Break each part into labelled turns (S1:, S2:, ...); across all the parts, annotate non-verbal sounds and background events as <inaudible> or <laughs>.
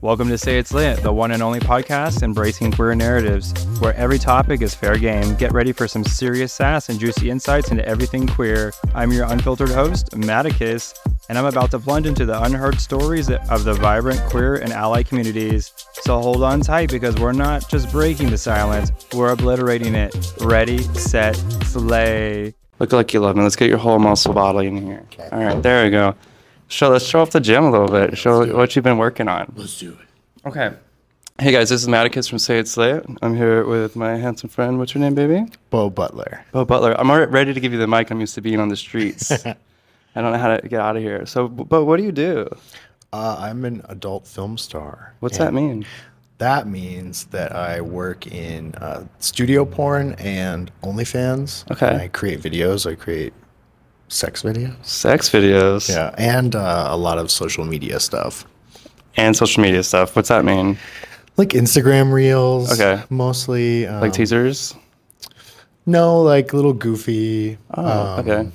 S1: Welcome to Say It's Lit, the one and only podcast embracing queer narratives, where every topic is fair game. Get ready for some serious sass and juicy insights into everything queer. I'm your unfiltered host, Maticus, and I'm about to plunge into the unheard stories of the vibrant queer and ally communities. So hold on tight because we're not just breaking the silence, we're obliterating it. Ready, set, slay. Look like you love me. Let's get your whole muscle bottle in here.
S2: Okay.
S1: All right, there we go. Show, let's show off the gym a little bit. Show
S2: do it.
S1: what you've been working on.
S2: Let's do it.
S1: Okay. Hey guys, this is Maticus from Say It's Late. I'm here with my handsome friend. What's your name, baby?
S2: Bo Butler.
S1: Bo Butler. I'm already ready to give you the mic. I'm used to being on the <laughs> streets. I don't know how to get out of here. So, Bo, what do you do?
S2: Uh, I'm an adult film star.
S1: What's
S2: And
S1: that mean?
S2: That means that I work in uh, studio porn and OnlyFans.
S1: Okay.
S2: I create videos. I create sex videos.
S1: Sex videos
S2: Yeah, and uh, a lot of social media stuff,
S1: and social media stuff. What's that mean?
S2: like Instagram reels.
S1: Okay.
S2: Mostly um,
S1: Like teasers?
S2: No, like little goofy.
S1: Oh,
S2: um,
S1: okay.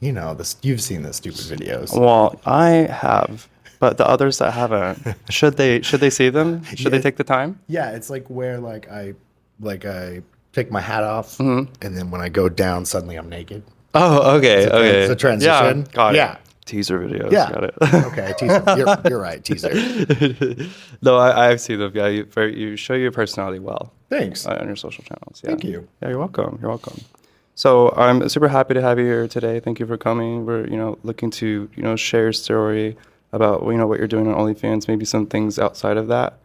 S2: You know, this you've seen the stupid videos.
S1: Well, I have, but the others that <laughs> haven't, should they should they see them? Should they
S2: Yeah.
S1: take the time?
S2: Yeah, it's like where like I like I take my hat off
S1: Mm-hmm.
S2: and then when I go down suddenly I'm naked.
S1: Oh, okay. It's
S2: okay.
S1: okay.
S2: it's a transition.
S1: Yeah, got it.
S2: Yeah.
S1: Teaser videos.
S2: Yeah.
S1: Got it. <laughs>
S2: Okay, teaser. You're, you're right, teaser.
S1: no, I, I've seen them. Yeah, you, very, you show your personality well
S2: Thanks.
S1: uh, on your social channels. Yeah.
S2: Thank you.
S1: Yeah, you're welcome. You're welcome. So I'm super happy to have you here today. Thank you for coming. We're you know looking to you know share your story about you know what you're doing on OnlyFans, maybe some things outside of that.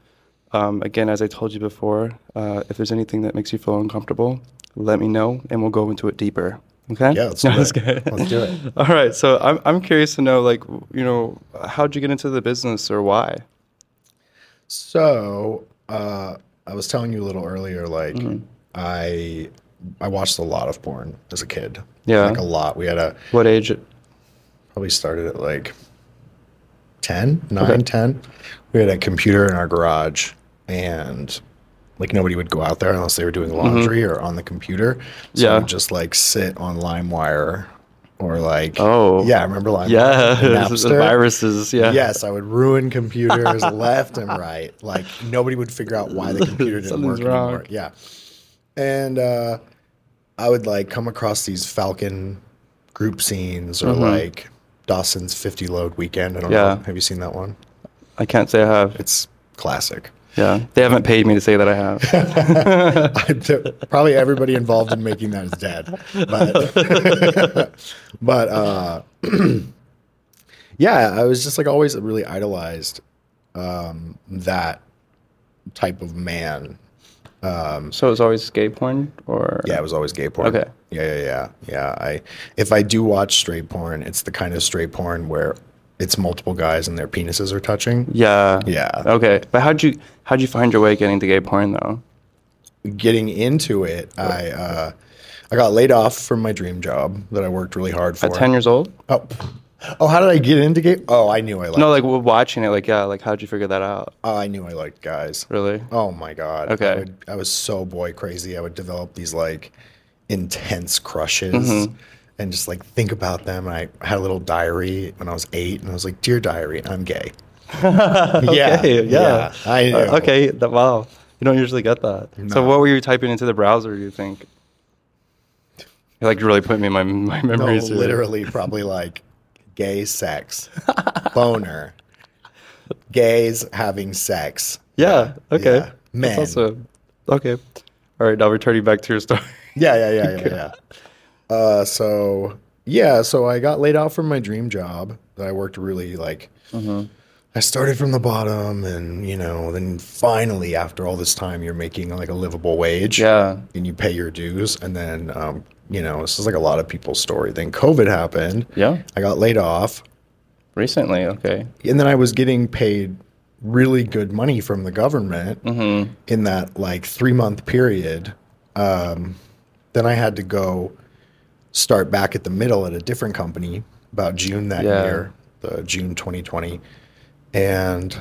S1: Um, again, as I told you before, uh, if there's anything that makes you feel uncomfortable, let me know, and we'll go into it deeper. Okay.
S2: Yeah, let's do
S1: No, <laughs>
S2: it.
S1: that's good.
S2: Let's do it.
S1: All right. So I'm I'm curious to know like you know how'd you get into the business or why?
S2: So, uh, I was telling you a little earlier like
S1: Mm-hmm.
S2: I I watched a lot of porn as a kid.
S1: Yeah.
S2: Like a lot. We had a
S1: What age?
S2: probably started at like 10, 9, 10. We had a computer in our garage and like nobody would go out there unless they were doing laundry or on the computer. So
S1: Mm-hmm. Yeah.
S2: I'd just like sit on LimeWire or like
S1: Oh.
S2: yeah, remember LimeWire?
S1: Yeah,
S2: and
S1: <laughs> the
S2: Napster?
S1: viruses. Yeah.
S2: Yes, I would ruin
S1: <laughs>
S2: computers left and right. Like nobody would figure out why the computer didn't work
S1: Something's wrong.
S2: anymore. Yeah. And uh, I would like come across these Falcon group scenes or like Dawson's 50 load weekend. I don't
S1: Mm-hmm. Yeah.
S2: know. Have you seen that one?
S1: I can't say I have.
S2: It's classic.
S1: Yeah, they haven't paid me to say that I
S2: <laughs>
S1: have.
S2: I do- probably everybody involved in making that is dead. But, <laughs> but uh, <clears throat> yeah, I was just like always really idolized um, that type of man.
S1: so it's always gay porn, or
S2: Yeah, it was always gay porn.
S1: Okay.
S2: Yeah, yeah, yeah, yeah. I if I do watch straight porn, it's the kind of straight porn where it's multiple guys and their penises are touching.
S1: yeah,
S2: Yeah.
S1: Okay, but how'd you how'd you find your way getting to gay porn though?
S2: getting into it, I uh, I got laid off from my dream job that I worked really hard for.
S1: At ten years old?
S2: oh. oh, how did I get into gay? Oh, I knew I liked.
S1: No, like w- watching it. Like yeah, like how'd you figure that out?
S2: oh, I knew I liked guys.
S1: Really?
S2: Oh my god. I
S1: Okay.
S2: would- I, was so boy crazy. I would develop these like intense crushes.
S1: Mm-hmm.
S2: And just like think about them. And I had a little diary when I was eight, and I was like, "Dear diary,
S1: <laughs>
S2: I'm gay."
S1: Okay, yeah.
S2: I knew.
S1: Uh, okay. That, wow. You don't usually get that. So
S2: No.
S1: what were you typing into the browser? You think? You're like really putting me in my my
S2: No,
S1: memories. here.
S2: literally, probably like gay sex,
S1: <laughs>
S2: boner, gays having sex.
S1: Yeah. Okay.
S2: yeah.
S1: That's
S2: Men.
S1: also okay. All right. Now returning back to your story.
S2: Yeah, yeah, yeah, yeah, yeah. Uh, so yeah, so I got laid off from my dream job that I worked really like.
S1: Mm-hmm.
S2: I started from the bottom, and you know, then finally, after all this time, you're making like a livable wage.
S1: <laughs> Yeah.
S2: and you pay your dues, and then um, you know, this is like a lot of people's story. Then COVID happened.
S1: Yeah.
S2: I got laid off,
S1: Recently. Okay.
S2: and then I was getting paid really good money from the government in that like three month period. Um, then I had to go start back at the middle at a different company about June that
S1: Yeah.
S2: year, the June 2020, and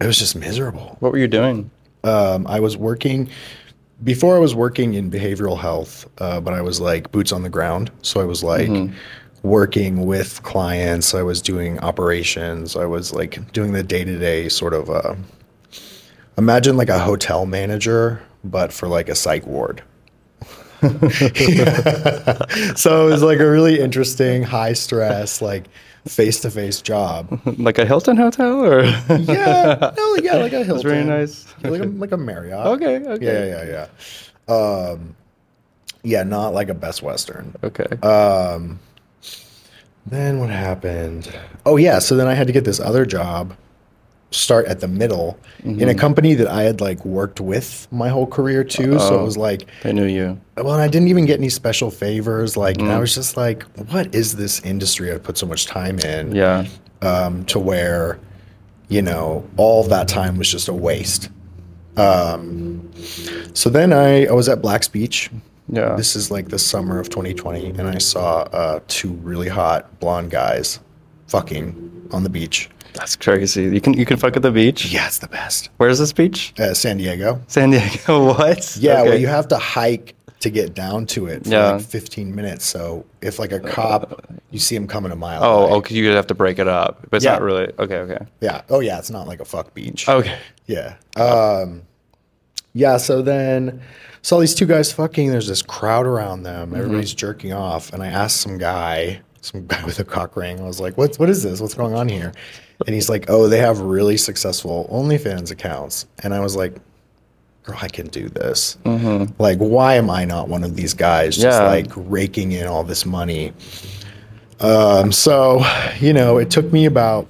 S2: it was just miserable.
S1: What were you doing? <laughs>
S2: Um, I was working before I was working in behavioral health, uh, but I was like boots on the ground. So I was like
S1: Mm-hmm.
S2: working with clients. I was doing operations. I was like doing the day to day sort of uh, Imagine like a hotel manager, but for like a psych ward. <laughs> so it was like a really interesting, high stress, like face to face job.
S1: like a Hilton hotel or <laughs>
S2: Yeah, no, yeah, like a Hilton.
S1: It's really nice.
S2: Like
S1: <laughs>
S2: a, like a Marriott.
S1: Okay, okay.
S2: Yeah, yeah, yeah. Um, yeah, not like a Best Western.
S1: Okay.
S2: Uh, Then what happened? Oh yeah, so then I had to get this other job, start at the middle in a company that I had like worked with my whole career too. So it was like,
S1: they knew you.
S2: well, and I didn't even get any special favors. Like and I was just like, what is this industry I've put so much time in?
S1: Yeah.
S2: um, to where you know all that time was just a waste. Um, so then I, I was at Black's Beach.
S1: Yeah.
S2: This is like the summer of 2020, and I saw uh, two really hot blonde guys fucking on the beach.
S1: That's crazy. You can you can fuck at the beach.
S2: Yeah, it's the best.
S1: Where's this beach?
S2: Uh, San Diego.
S1: San Diego. <laughs> What?
S2: Yeah, well,
S1: Okay.
S2: you have to hike to get down to it for
S1: Yeah.
S2: like 15 minutes. So if like a cop, you see him coming a mile. away.
S1: Oh, okay. You have to break it up, but it's
S2: Yeah.
S1: not really. Okay. Okay.
S2: Yeah. Oh, yeah. It's not like a fuck beach.
S1: Okay.
S2: Yeah. Um, yeah. So then saw these two guys fucking. There's this crowd around them. Everybody's jerking off. And I asked some guy, some guy <laughs> with a cock ring. I was like, "What's what is this? What's going on here?" And he's like, "Oh, they have really successful OnlyFans accounts." And I was like, "Girl, I can do this. Like, why am I not one of these guys just
S1: Yeah.
S2: like raking in all this money?" Um, so, you know, it took me about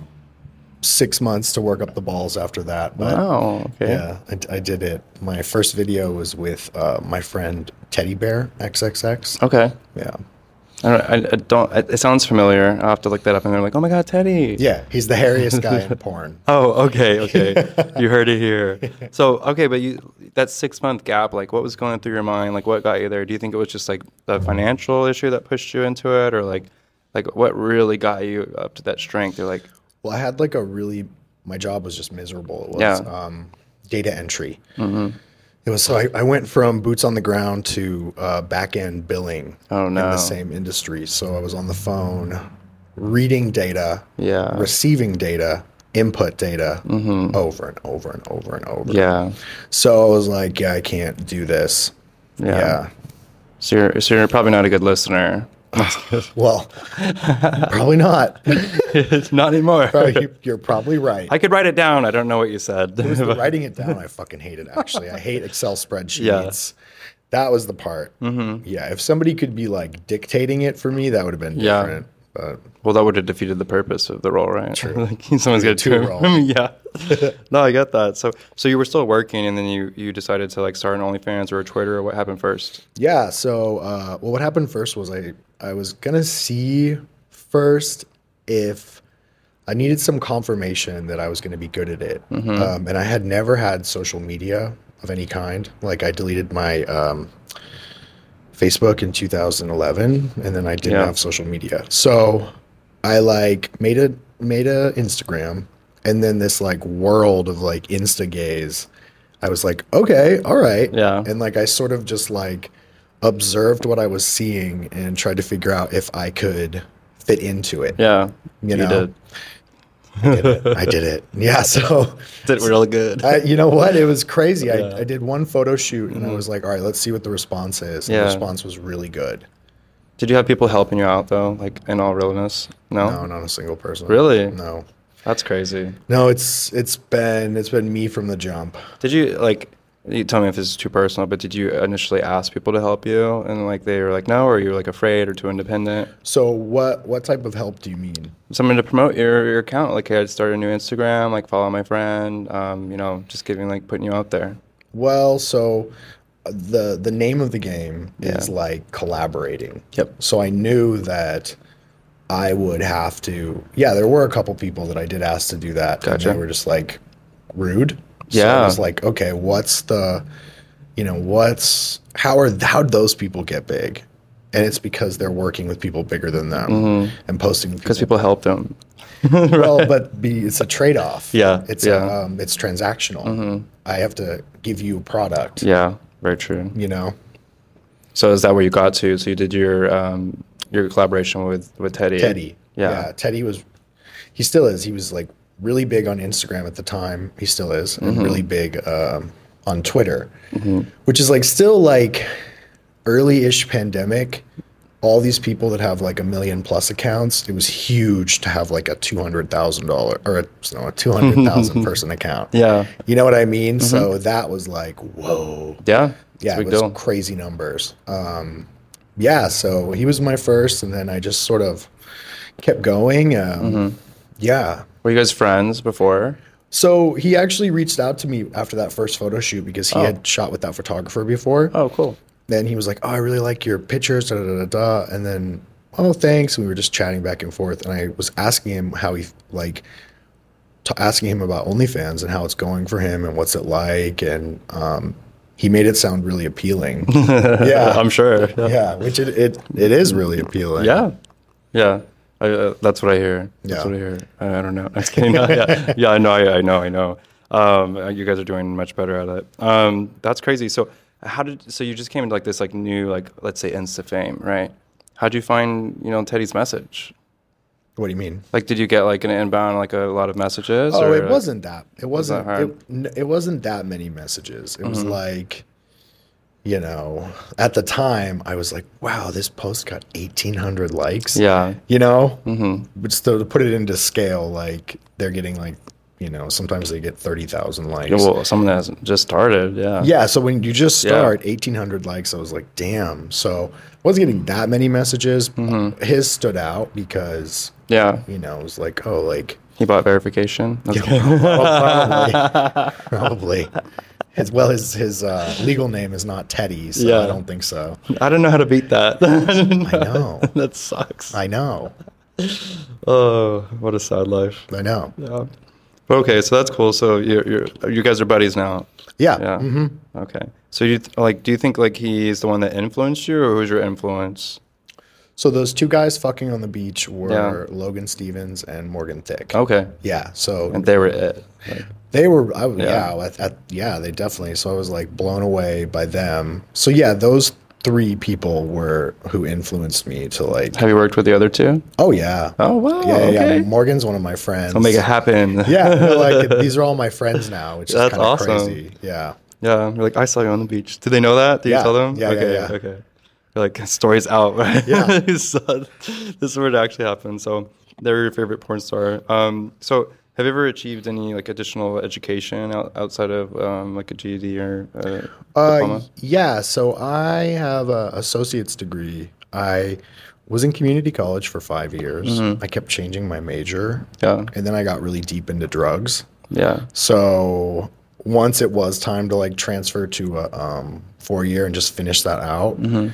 S2: six months to work up the balls after that. But
S1: Oh. Okay.
S2: yeah, I, I did it. My first video was with uh, my friend Teddy Bear XXX.
S1: Okay.
S2: Yeah,
S1: I don't. I, I don't it, it sounds familiar. I'll have to look that up, and they're like, "Oh my God, Teddy."
S2: yeah, he's the hairiest
S1: <laughs>
S2: guy in porn.
S1: Oh, okay,
S2: <laughs>
S1: okay. you heard it here. So, okay, but you that six month gap, like, what was going through your mind? Like, what got you there? Do you think it was just like the financial issue that pushed you into it, or like, like what really got you up to that strength? Or like,
S2: Well, I had like a really my job was just miserable. It was
S1: Yeah. Mm-hmm.
S2: um, data entry. It was so I, I went from boots on the ground to uh, back end billing
S1: Oh,
S2: in
S1: no.
S2: the same industry. So I was on the phone, reading data,
S1: yeah,
S2: receiving data, input data over and over and over and over.
S1: Mm-hmm. yeah,
S2: So I was like, yeah, I can't do this.
S1: yeah,
S2: yeah.
S1: So you're so you're probably not a good
S2: <laughs>
S1: listener. <laughs>
S2: Well, probably not.
S1: not anymore.
S2: Probably- You're probably right.
S1: I could write it down. I don't know what you said.
S2: But writing it down, I fucking hate it. Actually, I hate Excel spreadsheets. That was the part. Mm-hmm. Yeah, if somebody could be like dictating it for me, that would have been
S1: Yeah.
S2: different. But
S1: Well, that would have defeated the purpose of the role, right? True. <laughs> like someone's got
S2: Two
S1: to <laughs>
S2: roles.
S1: yeah. no, I get that. So, so you were still working, and then you you decided to like start an OnlyFans or a Twitter. Or what happened first?
S2: yeah, so uh, well, what happened first was I I was gonna see first if I needed some confirmation that I was gonna be good at it, um, and I had never had social media of any kind. Like I deleted my um, Facebook in 2011, and then I didn't
S1: Yeah.
S2: have social media. So I like made a made a Instagram, and then this like world of like Insta gays. I was like, okay, all right,
S1: Yeah.
S2: and like I sort of just like observed what I was seeing and tried to figure out if I could fit into it.
S1: Yeah,
S2: You know, I did it. I did it. <laughs> Yeah, so
S1: did real good.
S2: I, you know what? It was crazy. I, I did one photo shoot and I was like, all right, let's see what the response is.
S1: Mm-hmm.
S2: And
S1: Yeah.
S2: The response was really good.
S1: did you have people helping you out though? Like in all realness? No,
S2: No, not a single person.
S1: Oh. Really?
S2: No.
S1: that's crazy.
S2: No, it's it's been it's been me from the jump.
S1: Did you like? You tell me if this is too personal, but did you initially ask people to help you, and like they were like no, or you were like afraid or too independent?
S2: So what what type of help do you mean?
S1: someone to promote your, your account. Like, hey, I'd start a new Instagram, like follow my friend, um, you know, just giving, like putting you out there.
S2: Well, so uh, the the name of the game is
S1: Yeah.
S2: like collaborating.
S1: Yep.
S2: So I knew that I would have to. Yeah, there were a couple people that I did ask to do that,
S1: Gotcha.
S2: and they were just like rude. So I
S1: Yeah.
S2: was like, okay, what's the, you know, what's how are how would those people get big? And it's because they're working with people bigger than them and posting with
S1: Mm-hmm. <laughs> Because people help them.
S2: well, but be, it's a trade off.
S1: Yeah,
S2: It's
S1: yeah. Mm-hmm.
S2: Um, it's transactional. I have to give you a product.
S1: Yeah, very true.
S2: You know.
S1: So is that where you got to? So you did your um, your collaboration with, with Teddy.
S2: Teddy.
S1: Yeah.
S2: Teddy was, he still is. He was like really big on Instagram at the time. He still is,
S1: Mm-hmm.
S2: and really big um, on Twitter, which is like still like early ish pandemic. All these people that have like a million plus accounts, it was huge to have like a two hundred thousand dollar or a, no, a two hundred
S1: <laughs>
S2: thousand person account.
S1: Yeah. Mm-hmm.
S2: you know what I mean. So that was like whoa,
S1: Yeah. It's
S2: yeah,
S1: a
S2: it
S1: big
S2: was
S1: deal.
S2: crazy numbers. Um, yeah, so he was my first, and then I just sort of kept going. Um,
S1: Mm-hmm.
S2: Yeah.
S1: Were you guys friends before?
S2: So he actually reached out to me after that first photo shoot because he had shot with that photographer before.
S1: Oh, cool.
S2: Then he was like, "Oh, I really like your pictures." Da, da, da, da. And then, "Oh, thanks." We were just chatting back and forth, and I was asking him how he like t- asking him about OnlyFans and how it's going for him and what's it like, and um, he made it sound
S1: <laughs>
S2: really appealing. yeah,
S1: I'm sure.
S2: yeah, which it, it it is really appealing.
S1: Yeah, yeah. I, uh, that's what I hear. That's
S2: Yeah.
S1: what I hear. I, I don't know. <laughs> I'm just kidding. No, yeah, yeah. I know. I, I know. I know. Um, uh, you guys are doing much better at it. Um, that's crazy. So how did? So you just came into like this like new like let's say Insta fame, right? How'd you find you know Teddy's message?
S2: What do you mean?
S1: Like, did you get like an inbound like a lot of messages?
S2: Oh,
S1: or,
S2: it
S1: like-
S2: wasn't that. It wasn't.
S1: hard? Mm-hmm.
S2: it, n- it wasn't that many messages. It was like, you know, at the time I was like, wow, this post got eighteen hundred likes.
S1: Yeah.
S2: You know, mm-hmm. but so to put it into scale, like they're getting like, you know, sometimes they get thirty thousand likes.
S1: Yeah, Well, someone that hasn't just started. Yeah.
S2: Yeah, so when you just
S1: Yeah.
S2: start 1800 likes, I was like, damn. So I wasn't getting that many messages.
S1: Mm-hmm.
S2: His stood out because,
S1: Yeah.
S2: you know, it was like, oh, like, <laughs>
S1: He bought verification. That's good. <laughs>
S2: Well, probably. probably. His, well, his his uh, legal name is not Teddy, so
S1: Yeah.
S2: I don't
S1: <laughs>
S2: think so.
S1: I don't know how to beat that. <laughs>
S2: I know.
S1: that sucks.
S2: I know.
S1: Oh, what a sad life.
S2: I know.
S1: Yeah. Okay, so that's cool. So you you you guys are buddies now.
S2: Yeah. Mm-hmm.
S1: Yeah. Okay. So you th- like do you think like he's the one that influenced you or who's your influence?
S2: So those two guys fucking on the beach were
S1: Yeah.
S2: Logan Stevens and Morgan Thicke.
S1: Okay.
S2: Yeah. So
S1: And they were it. Like,
S2: They were, I, was-
S1: Yeah.
S2: yeah, yeah, at, at, yeah, they definitely. So I was like blown away by them. So yeah, those three people were who influenced me to like.
S1: have you worked with the other two?
S2: Oh yeah,
S1: Oh wow.
S2: yeah, yeah,
S1: okay. Oh
S2: yeah. Morgan's one of my friends.
S1: I'll make it happen. <laughs>
S2: yeah, no, like these are all my friends now, which
S1: That's
S2: is kind of
S1: awesome.
S2: crazy. Yeah,
S1: Yeah. You're like I saw you on the beach. Did they know that? Did you
S2: Yeah.
S1: tell them?
S2: Yeah, yeah,
S1: okay.
S2: yeah.
S1: Okay. You're like stories out. <laughs> Right?
S2: Yeah.
S1: You saw- this would actually happen. So they're your favorite porn star. Um, so have you ever achieved any like additional education out, outside of um, like a GED or a
S2: uh,
S1: diploma?
S2: yeah. So I have a associate's degree. I was in community college for five years.
S1: Mm-hmm.
S2: I kept changing my major,
S1: Yeah.
S2: and then I got really deep into drugs.
S1: Yeah.
S2: So once it was time to like transfer to a um, four year and just finish that out,
S1: Mm-hmm.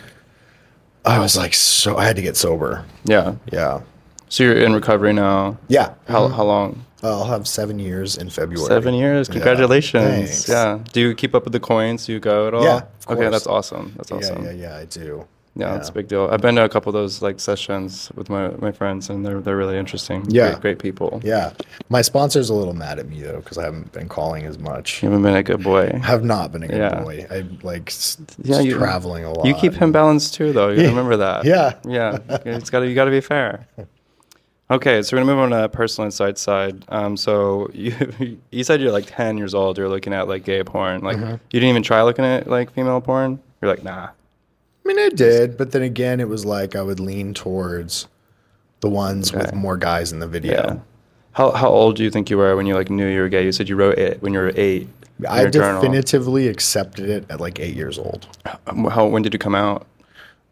S2: I was like, so I had to get sober.
S1: Yeah.
S2: Yeah.
S1: So you're in recovery now.
S2: Yeah.
S1: How, how long?
S2: I'll have seven years in February.
S1: Seven years. Congratulations.
S2: Thanks.
S1: Yeah. Do you keep up with the coins? Do you go at all?
S2: Yeah, of
S1: Okay.
S2: course.
S1: That's awesome. That's
S2: Yeah,
S1: awesome.
S2: yeah, yeah, I do.
S1: Yeah, it's a big deal. I've been to a couple of those like sessions with my, my friends, and they're they're really interesting.
S2: Yeah.
S1: great, great people.
S2: Yeah. My sponsor's a little mad at me though, because I haven't been calling as much.
S1: you haven't been a good boy.
S2: Have not been a good
S1: Yeah.
S2: boy. I like s-
S1: Yeah,
S2: s-
S1: you-
S2: traveling a lot.
S1: You keep him balanced too, though. You remember that.
S2: Yeah.
S1: yeah. It's got to you got to be fair. Okay, so we're gonna move on to personal insight side. Um, so you <laughs> you said you're like 10 years old. You're looking at like gay porn. Like
S2: Mm-hmm.
S1: you didn't even try looking at like female porn. You're like, nah.
S2: I mean, I did, but then again, it was like I would lean towards the ones with
S1: Okay.
S2: more guys in the video.
S1: Yeah. How how old do you think you were when you like knew you were gay? You said you wrote it when you were eight. in
S2: I
S1: your journal.
S2: definitively accepted it at like eight years old,
S1: Um, How when did you come out?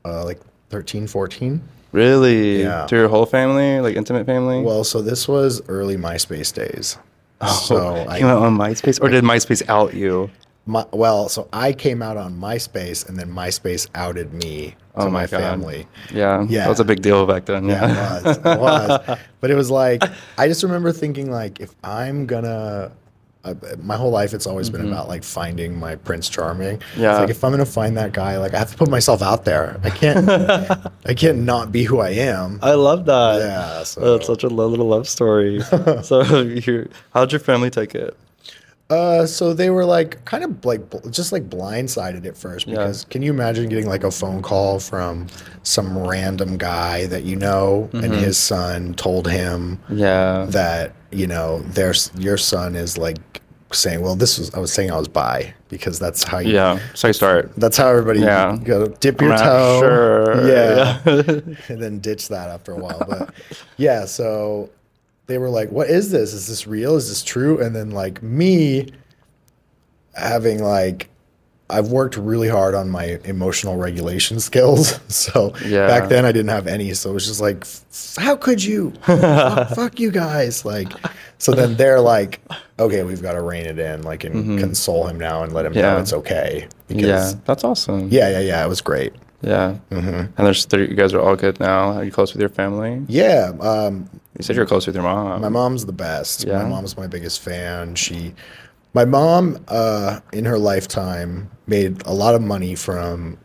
S2: uh, like 13, 14.
S1: Really?
S2: Yeah.
S1: To your whole family, like intimate family?
S2: Well, so this was early MySpace days. Oh, so
S1: <laughs> you
S2: I,
S1: went on MySpace, or did MySpace out you?
S2: my, well, so I came out on MySpace, and then MySpace outed me to my,
S1: Oh my God.
S2: family.
S1: Yeah,
S2: Yeah.
S1: that was a big deal back then. Yeah,
S2: Yeah, it was, it was. But it was like I just remember thinking like if I'm gonna. Uh, my whole life, it's always been about like finding my Prince Charming.
S1: Mm-hmm. Yeah.
S2: It's like if I'm gonna find that guy, like I have to put myself out there. I can't,
S1: <laughs>
S2: I can't not be who I am.
S1: I love that.
S2: Yeah,
S1: Oh, it's
S2: so-
S1: such Uh, a lo- little love
S2: <laughs>
S1: story. so, you how'd your family take it?
S2: Uh, so they were like kind of like bl- just like blindsided at first
S1: Yeah.
S2: because can you imagine getting like a phone call from some
S1: Mm-hmm.
S2: random guy that you know and his son told him
S1: Yeah,
S2: that you know, their s- your son is like saying, "Well, this was." I was saying I was bi because that's how you.
S1: Yeah. So I start.
S2: That's how everybody
S1: Yeah.
S2: go dip your
S1: I'm not
S2: toe.
S1: sure.
S2: Oh, Yeah.
S1: <laughs>
S2: <laughs> and then ditch that after a while. But yeah, so they were like, "What is this? Is this real? Is this true?" And then like me having like I've worked really hard on my emotional regulation skills. <laughs> So
S1: Yeah.
S2: back then I didn't have any. So it was just like, "F- how could you? fuck,
S1: <laughs>
S2: fuck you guys. Like, so then they're like, okay, we've got to rein it in, like, and console him now and let him know
S1: Mm-hmm. Yeah.
S2: it's okay.
S1: Yeah.
S2: Because
S1: That's awesome.
S2: yeah, Mm-hmm. yeah, yeah, it was great.
S1: Yeah. And there's three, you guys are all good now. Are you close with your family?
S2: Yeah. Um,
S1: You said you're close with your mom.
S2: My mom's the best.
S1: Um, Yeah?
S2: My mom's my biggest fan. She, my mom, uh, in her lifetime, made a lot of money from.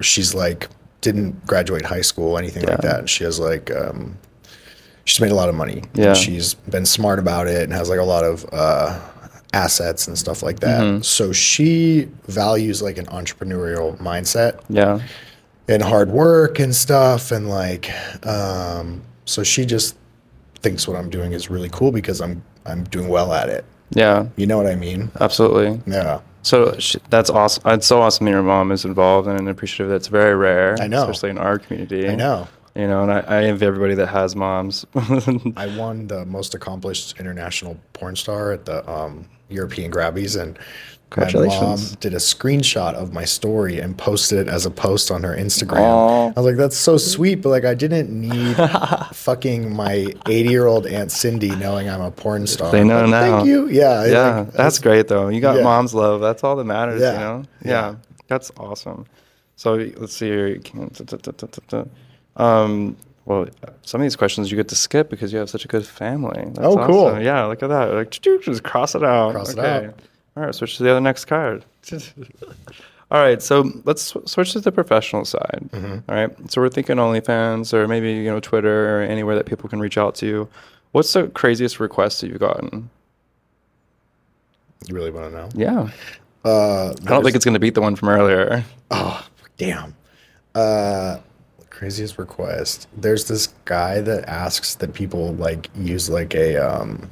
S2: She's like didn't graduate high school, anything like that. She has like, um, she's made a lot of money.
S1: Yeah.
S2: she's been smart about it and has like a lot of uh, assets and stuff like that.
S1: Mm-hmm.
S2: So she values like an entrepreneurial mindset
S1: Yeah.
S2: and hard work and stuff and like um so she just thinks what I'm doing is really cool because I'm I'm doing well at it.
S1: Yeah.
S2: You know what I mean?
S1: Absolutely.
S2: Yeah.
S1: So sh- that's awesome. It's so awesome that your mom is involved and appreciative. That's very rare.
S2: I know.
S1: Especially in our community.
S2: I know.
S1: You know, and I, I envy everybody that has
S2: <laughs>
S1: moms. <laughs>
S2: I won the most accomplished international porn star at the um European Grabbies and My mom
S1: Congratulations.
S2: did a screenshot of my story and posted it as a post on her Instagram.
S1: Aw.
S2: I was like, that's so sweet, but like I didn't
S1: <laughs>
S2: need fucking my 80 year old Aunt Cindy knowing I'm a porn star.
S1: They know
S2: But
S1: now.
S2: Thank you. Yeah.
S1: yeah.
S2: like,
S1: that's great, though. You got
S2: yeah.
S1: mom's love. That's all that matters,
S2: Yeah.
S1: you know?
S2: Yeah.
S1: Yeah. That's awesome. So let's see here. You can- duh, duh, duh, duh, duh. Um, well, some of these questions you get to skip because you have such a good family. That's
S2: Oh, cool.
S1: awesome. Yeah, look at that. Like, <laughs> just cross it out.
S2: Cross it out.
S1: All right, switch to the other next
S2: <laughs>
S1: card. All right, so let's sw- switch to the professional side.
S2: Mm-hmm.
S1: All right, so we're thinking OnlyFans or maybe you know Twitter or anywhere that people can reach out to you. What's the craziest request that you've gotten?
S2: You really want to know?
S1: Yeah,
S2: Uh,
S1: I don't think it's going to beat the one from earlier.
S2: oh, damn. Uh, craziest request. There's this guy that asks that people like use like a um,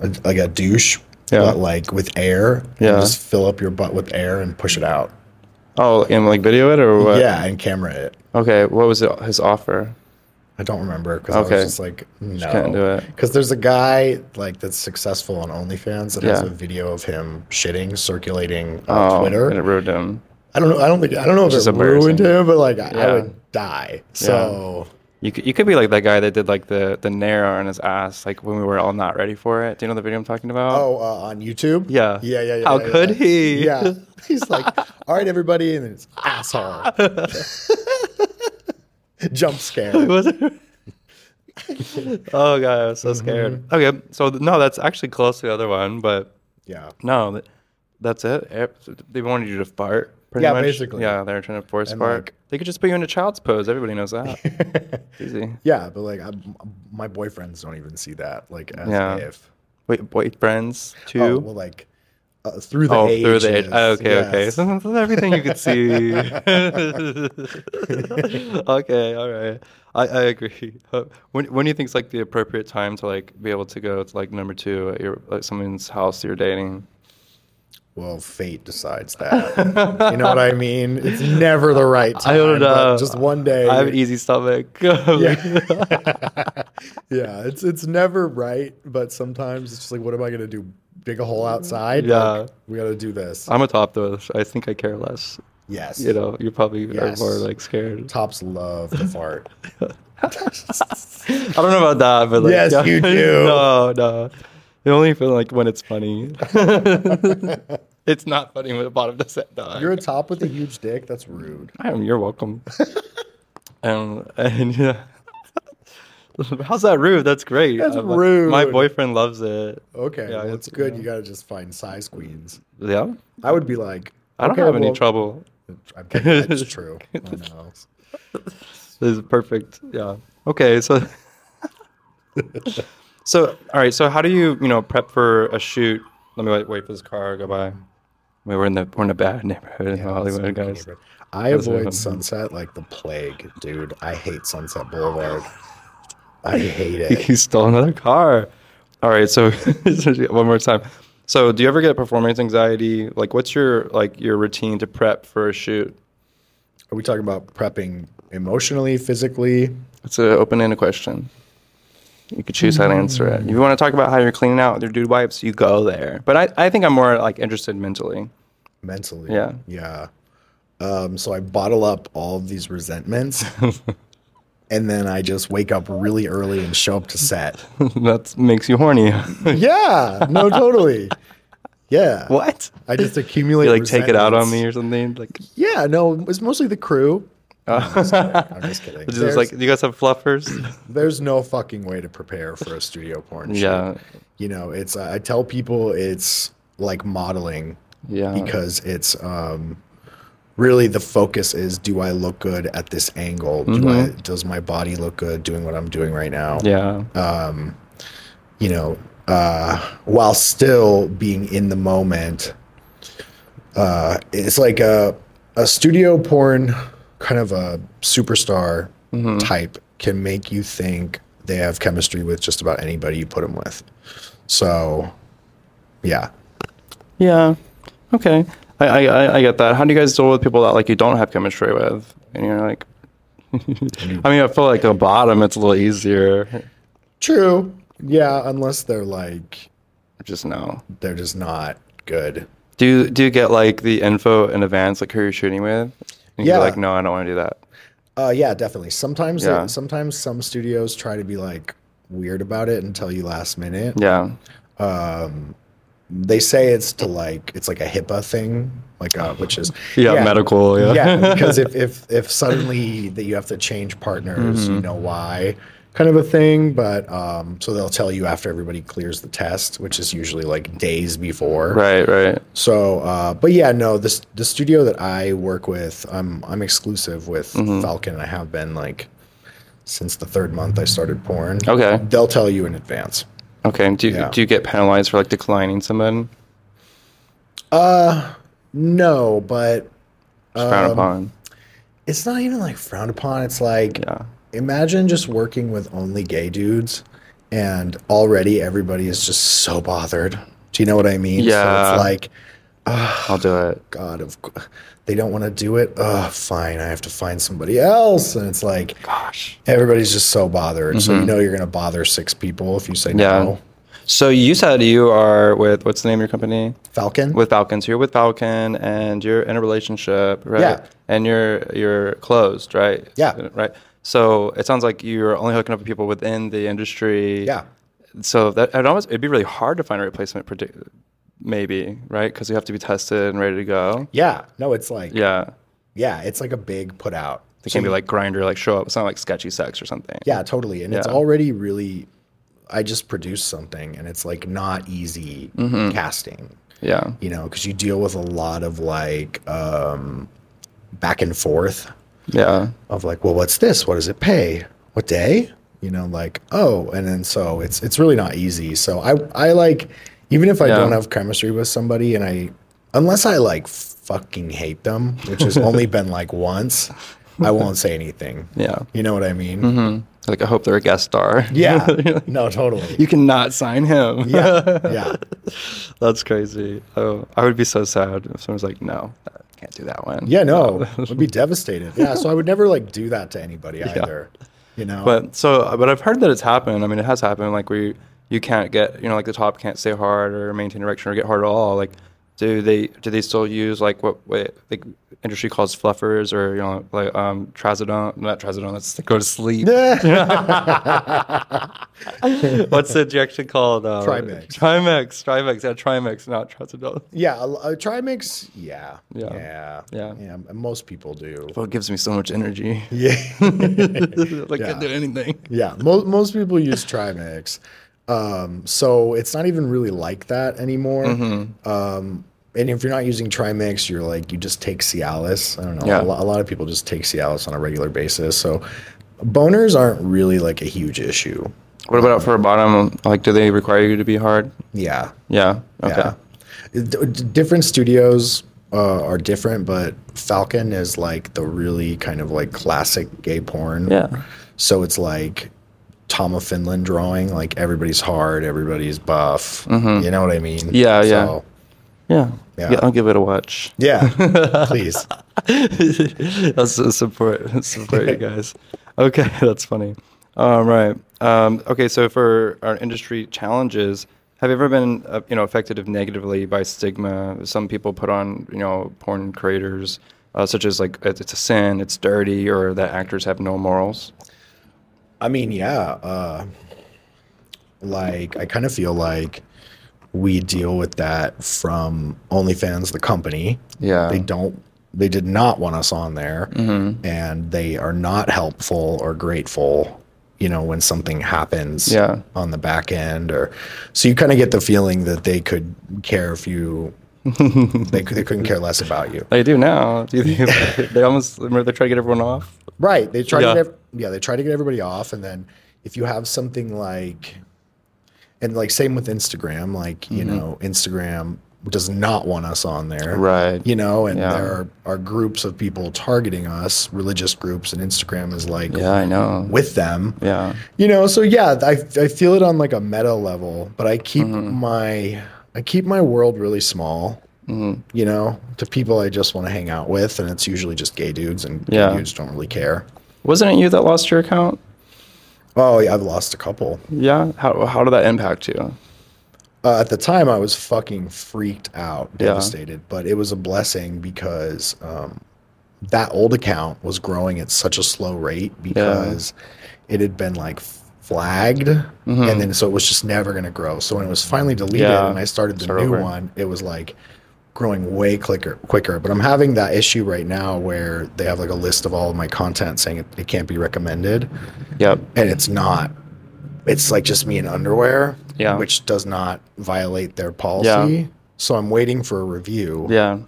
S2: a- like a douche,
S1: Yeah.
S2: but like with air. and
S1: Yeah.
S2: just fill up your butt with air and push it out.
S1: Oh, and like video it or what?
S2: yeah, and camera it.
S1: Okay, what was it, his offer?
S2: I don't remember because I
S1: Okay.
S2: was just like, no,
S1: can't do it.
S2: Because there's a guy like that's successful on OnlyFans that has
S1: Yeah.
S2: a video of him shitting circulating on
S1: Oh,
S2: Twitter.
S1: and it ruined him.
S2: I don't know. I don't think I don't know if
S1: It's
S2: it
S1: just embarrassing.
S2: ruined him, but like I, I
S1: Yeah.
S2: would die. So
S1: You could, you could be like that guy that did like the the nair on his ass, like when we were all not ready for it. Do you know the video I'm talking about?
S2: oh, uh, on YouTube.
S1: Yeah.
S2: Yeah. Yeah. yeah
S1: How
S2: yeah,
S1: could
S2: yeah.
S1: he? <laughs>
S2: Yeah. He's like, all right, everybody, and it's asshole. <laughs> Jump scare.
S1: <laughs> Was it? oh god, I was so
S2: Mm-hmm.
S1: scared. Okay, so th- no, that's actually close to the other one, but
S2: Yeah. <laughs>
S1: no, th- that's it. Ev- They wanted you to fart. Pretty
S2: Yeah,
S1: much.
S2: basically.
S1: Yeah, they were trying to force
S2: And,
S1: fart.
S2: like-
S1: they could just put you in a child's pose. Everybody knows that. Easy.
S2: Yeah, but like, i my boyfriends don't even see that. Like, as
S1: Yeah.
S2: if
S1: Wait, boyfriends too.
S2: oh, well, like uh, through the
S1: oh,
S2: ages.
S1: through the age. Oh, okay, okay. <laughs>
S2: yes.
S1: So that's everything you could
S2: <laughs>
S1: see. okay, all right. I, I agree. Uh, When when do you think's like the appropriate time to like be able to go to like number two at your like someone's house you're dating?
S2: Well, fate decides that. you know what I mean? It's never the right
S1: <laughs>
S2: time.
S1: I don't
S2: but
S1: know.
S2: Just one day.
S1: I have an easy stomach. <laughs>
S2: yeah. yeah, it's it's never right, but sometimes it's just like, what am I gonna do? Dig a hole outside?
S1: Mm-hmm. Yeah.
S2: Like, we gotta do this.
S1: I'm a top though. I think I care less.
S2: yes.
S1: You know, you probably
S2: Yes.
S1: are more like scared.
S2: Tops love to fart. <laughs>
S1: I don't know about that, but like,
S2: Yes, you do.
S1: <laughs> No, no. You only feel like when it's funny. <laughs> it's not funny when the bottom doesn't. No,
S2: You're a top with a huge dick. That's rude.
S1: I am. You're welcome. <laughs> um, and yeah. <laughs> How's that rude? That's great.
S2: That's
S1: Uh, my- My
S2: rude.
S1: boyfriend loves it.
S2: Okay,
S1: Yeah,
S2: well,
S1: it's-
S2: it's good.
S1: yeah.
S2: You gotta just find size queens.
S1: Yeah.
S2: I would be like,
S1: I don't
S2: okay,
S1: have any
S2: well-
S1: trouble.
S2: I'm kidding.
S1: <laughs>
S2: That's true. I know.
S1: This is perfect. Yeah. Okay. <laughs> So, so all right. So how do you you know prep for a shoot? Let me wait, wait for this car to go by. We were in the we're in a bad neighborhood in Hollywood, guys.
S2: I
S1: That's
S2: avoid
S1: awesome. <laughs>
S2: sunset like the plague, dude. I hate Sunset Boulevard. I hate
S1: He-
S2: it.
S1: he stole another car. All right, so <laughs> one more time. So, do you ever get performance anxiety? Like, what's your like your routine to prep for a shoot?
S2: Are we talking about prepping emotionally, physically?
S1: It's an open-ended question. You could choose how to answer it. If you want to talk about how you're cleaning out with your dude wipes, you go there. But I, I think I'm more like interested mentally.
S2: mentally.
S1: Yeah.
S2: Yeah. Um, so I bottle up all of
S1: <laughs>
S2: these resentments and then I just wake up really early and show up
S1: <laughs>
S2: to set.
S1: that makes you horny.
S2: yeah. No, totally. Yeah.
S1: what?
S2: I just accumulate.
S1: You like take it out on me
S2: resentments.
S1: or something? Like,
S2: Yeah. No, it was mostly
S1: <laughs>
S2: the crew. No, I'm just kidding. I'm just kidding.
S1: just
S2: There's,
S1: like, do you guys have fluffers?
S2: there's no fucking way to prepare for a studio porn. shoot.
S1: yeah,
S2: You know, it's, uh, I tell people it's like modeling
S1: yeah.
S2: because it's um, really the focus is do I look good at this angle? Do I, does my body look good doing what I'm doing right now?
S1: yeah,
S2: You know, uh, while still being in the moment. Uh, it's like a, a studio porn kind of a superstar type can make you think they have chemistry with just about anybody you put them with. So, yeah.
S1: yeah. Okay, I, I, I- I get that. How do you guys deal with people that like you don't have chemistry with, and you're like, <laughs> I mean, I feel like a bottom, it's a little easier.
S2: True. Yeah, unless they're like
S1: Just no.
S2: they're just not good.
S1: Do you, do you get like the info in advance, like who you're shooting with? And
S2: Yeah.
S1: You're like, no, I don't want to do that.
S2: Uh, yeah, definitely. Sometimes,
S1: Yeah.
S2: sometimes some studios try to be like weird about it and tell you last minute.
S1: Yeah.
S2: They say it's to like it's like a HIPAA thing, like uh, which is
S1: <laughs> Yeah, medical. <laughs> Yeah.
S2: yeah, because if if if suddenly that you have to change partners,
S1: Mm-hmm.
S2: you know why, kind of a thing. But um, so they'll tell you after everybody clears the test, which is usually like days before.
S1: right. Right.
S2: So, uh, but yeah, no, this the studio that I work with, I'm I'm exclusive with
S1: Mm-hmm.
S2: Falcon, and I have been like since the third month I started porn.
S1: Okay.
S2: they'll tell you in advance.
S1: Okay. Do you,
S2: Yeah.
S1: do you get penalized for like declining someone?
S2: No, but
S1: Just
S2: Um,
S1: frowned upon.
S2: it's not even like frowned upon. It's like
S1: Yeah.
S2: imagine just working with only gay dudes, and already everybody is just so bothered. Do you know what I mean? so
S1: Yeah.
S2: it's like
S1: I'll do it.
S2: God, of cou- they don't want to do it. Oh, fine, I have to find somebody else, and it's like.
S1: Gosh.
S2: Everybody's just so bothered. So you know you're going to bother six people if you say
S1: Mm-hmm. Yeah.
S2: no.
S1: So you said you are with what's the name of your company?
S2: Falcon?
S1: With Falcon. So you're with Falcon, and you're in a relationship, right?
S2: Yeah.
S1: And you're you're closed, right?
S2: Yeah.
S1: Right. So it sounds like you're only hooking up with people within the industry.
S2: yeah.
S1: so that it almost it'd be really hard to find a replacement predict maybe right because you have to be tested and ready to go
S2: Yeah. No, it's like, yeah,
S1: yeah
S2: it's like a big put out.
S1: they can't be like grinder like show up it's not like sketchy sex or something
S2: Yeah, totally. And it's
S1: Yeah.
S2: already really, I just produced something and it's like not easy
S1: Mm-hmm.
S2: casting,
S1: yeah
S2: you know, because you deal with a lot of like um, back and forth
S1: yeah
S2: of like, well, what's this? What does it pay? What day? You know, like, oh, and then so it's it's really not easy. So I I like even if I
S1: Yeah.
S2: don't have chemistry with somebody and I unless I like fucking hate them, which has
S1: <laughs>
S2: only been like once, I won't say anything.
S1: yeah Mm-hmm.
S2: You know what I mean?
S1: like i hope they're a guest star <laughs>
S2: Yeah. no, totally.
S1: you cannot sign him
S2: <laughs> Yeah. Yeah.
S1: <laughs> that's crazy oh i would be so sad if someone's like no I can't do that one
S2: Yeah, no. I'd be devastated. Yeah. So I would never like do that to anybody either. You know?
S1: But so, but I've heard that it's happened. I mean, it has happened. Like we, you can't get, you know, like the top can't stay hard or maintain erection or get hard at all. Like, do they do they still use like what what the industry calls fluffers or you know like um trazodone not trazodone that's to go to sleep. What's the injection called? Uh,
S2: Trimex.
S1: Trimex. Trimex. Yeah, Trimex, not trazodone.
S2: <laughs>
S1: <laughs>
S2: yeah, a, a Trimix, yeah.
S1: Yeah.
S2: Yeah.
S1: Yeah.
S2: Yeah. Most people do.
S1: Well, it gives me so much <laughs> energy.
S2: Yeah. <laughs>
S1: like can't do anything.
S2: Yeah, most most people use Trimix, um, so it's not even really like that anymore.
S1: Mm-hmm.
S2: Um, and if you're not using Trimix, you're like you just take Cialis. I don't know.
S1: Yeah.
S2: A, lo- a lot of people just take Cialis on a regular basis. So boners aren't really like a huge issue.
S1: What about for a bottom? Like, do they require you to be hard?
S2: Yeah.
S1: Yeah. Okay.
S2: Yeah. D- d- different studios uh, are different, but Falcon is like the really kind of like classic gay porn.
S1: Yeah.
S2: So it's like Tom of Finland drawing. Like everybody's hard, everybody's buff. You know what I mean?
S1: Mm-hmm. Yeah, yeah. Yeah.
S2: Yeah.
S1: yeah. I'll give it a watch.
S2: yeah. please.
S1: <laughs> I'll su- support <laughs> support you guys. Okay, <laughs> that's funny. All right. Um, okay, so for our industry challenges, have you ever been uh, you know affected of negatively by stigma some people put on you know porn creators, uh, such as like it's it's a sin, it's dirty, or that actors have no morals?
S2: I mean, yeah. Uh, like, I kind of feel like we deal with that from OnlyFans, the company.
S1: Yeah. Mm-hmm.
S2: They don't, they did not want us on there. And they are not helpful or grateful, you know, when something happens
S1: Yeah.
S2: on the back end. Or so you kind of get the feeling that they could care
S1: <laughs>
S2: if you, they, cou- they couldn't care less about you.
S1: They do now. <laughs> Do you think they almost remember they try to get everyone off?
S2: Right. They try
S1: Yeah.
S2: to get, ev- yeah, they try to get everybody off and then if you have something like and like same with Instagram, like, you know, Instagram does not want us on there.
S1: Mm-hmm. Right.
S2: You know, and
S1: Yeah.
S2: there are, are groups of people targeting us, religious groups, and Instagram is like
S1: Yeah, I know.
S2: with them.
S1: yeah.
S2: You know, so yeah, I I feel it on like a meta level, but I keep
S1: Mm-hmm.
S2: my I keep my world really small.
S1: Mm-hmm.
S2: You know, to people I just want to hang out with, and it's usually just gay dudes, and gay
S1: Yeah.
S2: dudes don't really care.
S1: Wasn't it you that lost your account?
S2: Oh, yeah, I've lost a couple.
S1: Yeah. How how did that impact you?
S2: Uh, at the time, I was fucking freaked out,
S1: Yeah.
S2: devastated, but it was a blessing because um, that old account was growing at such a slow rate because it had been like flagged, and then so it was just never going to grow. So when it was finally deleted
S1: Mm-hmm. Yeah.
S2: and I started the
S1: Start
S2: new
S1: over.
S2: one, it was like growing way quicker quicker but i'm having that issue right now where they have like a list of all of my content saying it, it can't be recommended
S1: Yep.
S2: and it's not. It's like just me in underwear,
S1: Yeah.
S2: which does not violate their policy. So I'm waiting for a review.
S1: Yeah.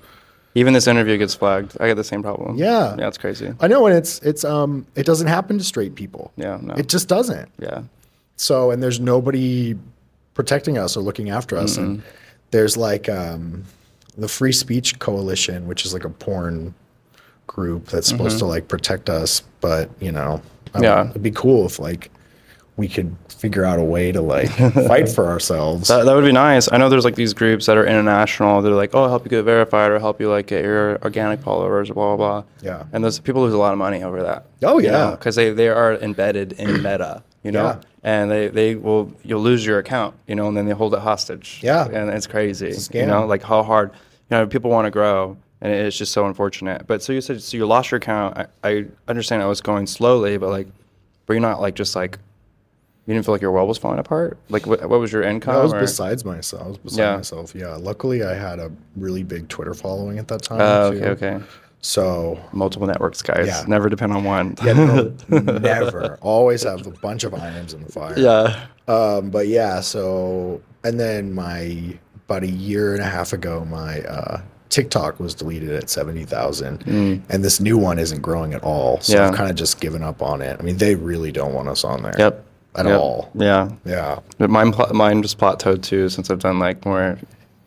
S1: Even this interview gets flagged. I get the same problem.
S2: Yeah.
S1: Yeah, it's crazy.
S2: I know, and it's it's um it doesn't happen to straight people.
S1: Yeah, no.
S2: It just doesn't.
S1: Yeah.
S2: So and there's nobody protecting us or looking after us,
S1: Mm-hmm.
S2: and there's like um the Free Speech Coalition, which is like a porn group that's supposed to like protect us, but you know, I
S1: Mm-hmm. Yeah.
S2: it'd be cool if like we could figure out a way
S1: <laughs>
S2: to like fight for ourselves.
S1: That, that would be nice. I know there's like these groups that are international. They're like, oh, I'll help you get verified or help you like get your organic followers, blah, blah, blah.
S2: Yeah.
S1: And there's people lose a lot of money over that.
S2: Oh, yeah.
S1: Because they, they are embedded
S2: <clears throat>
S1: in meta, you know?
S2: Yeah.
S1: And they, they will, you'll lose your account, you know, and then they hold it hostage.
S2: Yeah.
S1: And it's crazy.
S2: scam.
S1: You know, like how hard, you know, people want to grow and it's just so unfortunate. But so you said, so you lost your account. I, I understand I was going slowly, but like, were you not like just like, you didn't feel like your world was falling apart? Like, what, what was your income?
S2: I was
S1: or-
S2: besides myself. I was beside
S1: Yeah.
S2: myself. Yeah. Luckily, I had a really big Twitter following at that time.
S1: Oh,
S2: too.
S1: okay, okay.
S2: So
S1: Multiple networks, guys.
S2: Yeah.
S1: Never depend on one.
S2: yeah, no, <laughs> never. Always have a bunch of irons in the fire.
S1: yeah.
S2: Um, but yeah, so and then my about a year and a half ago, my uh, TikTok was deleted at seventy thousand, and this new one isn't growing at all. So I've
S1: Mm. Yeah.
S2: kind of just given up on it. I mean, they really don't want us on there.
S1: Yep.
S2: At
S1: Yep.
S2: all.
S1: Yeah.
S2: Yeah.
S1: But Mine, pl- mine just plateaued too since I've done like more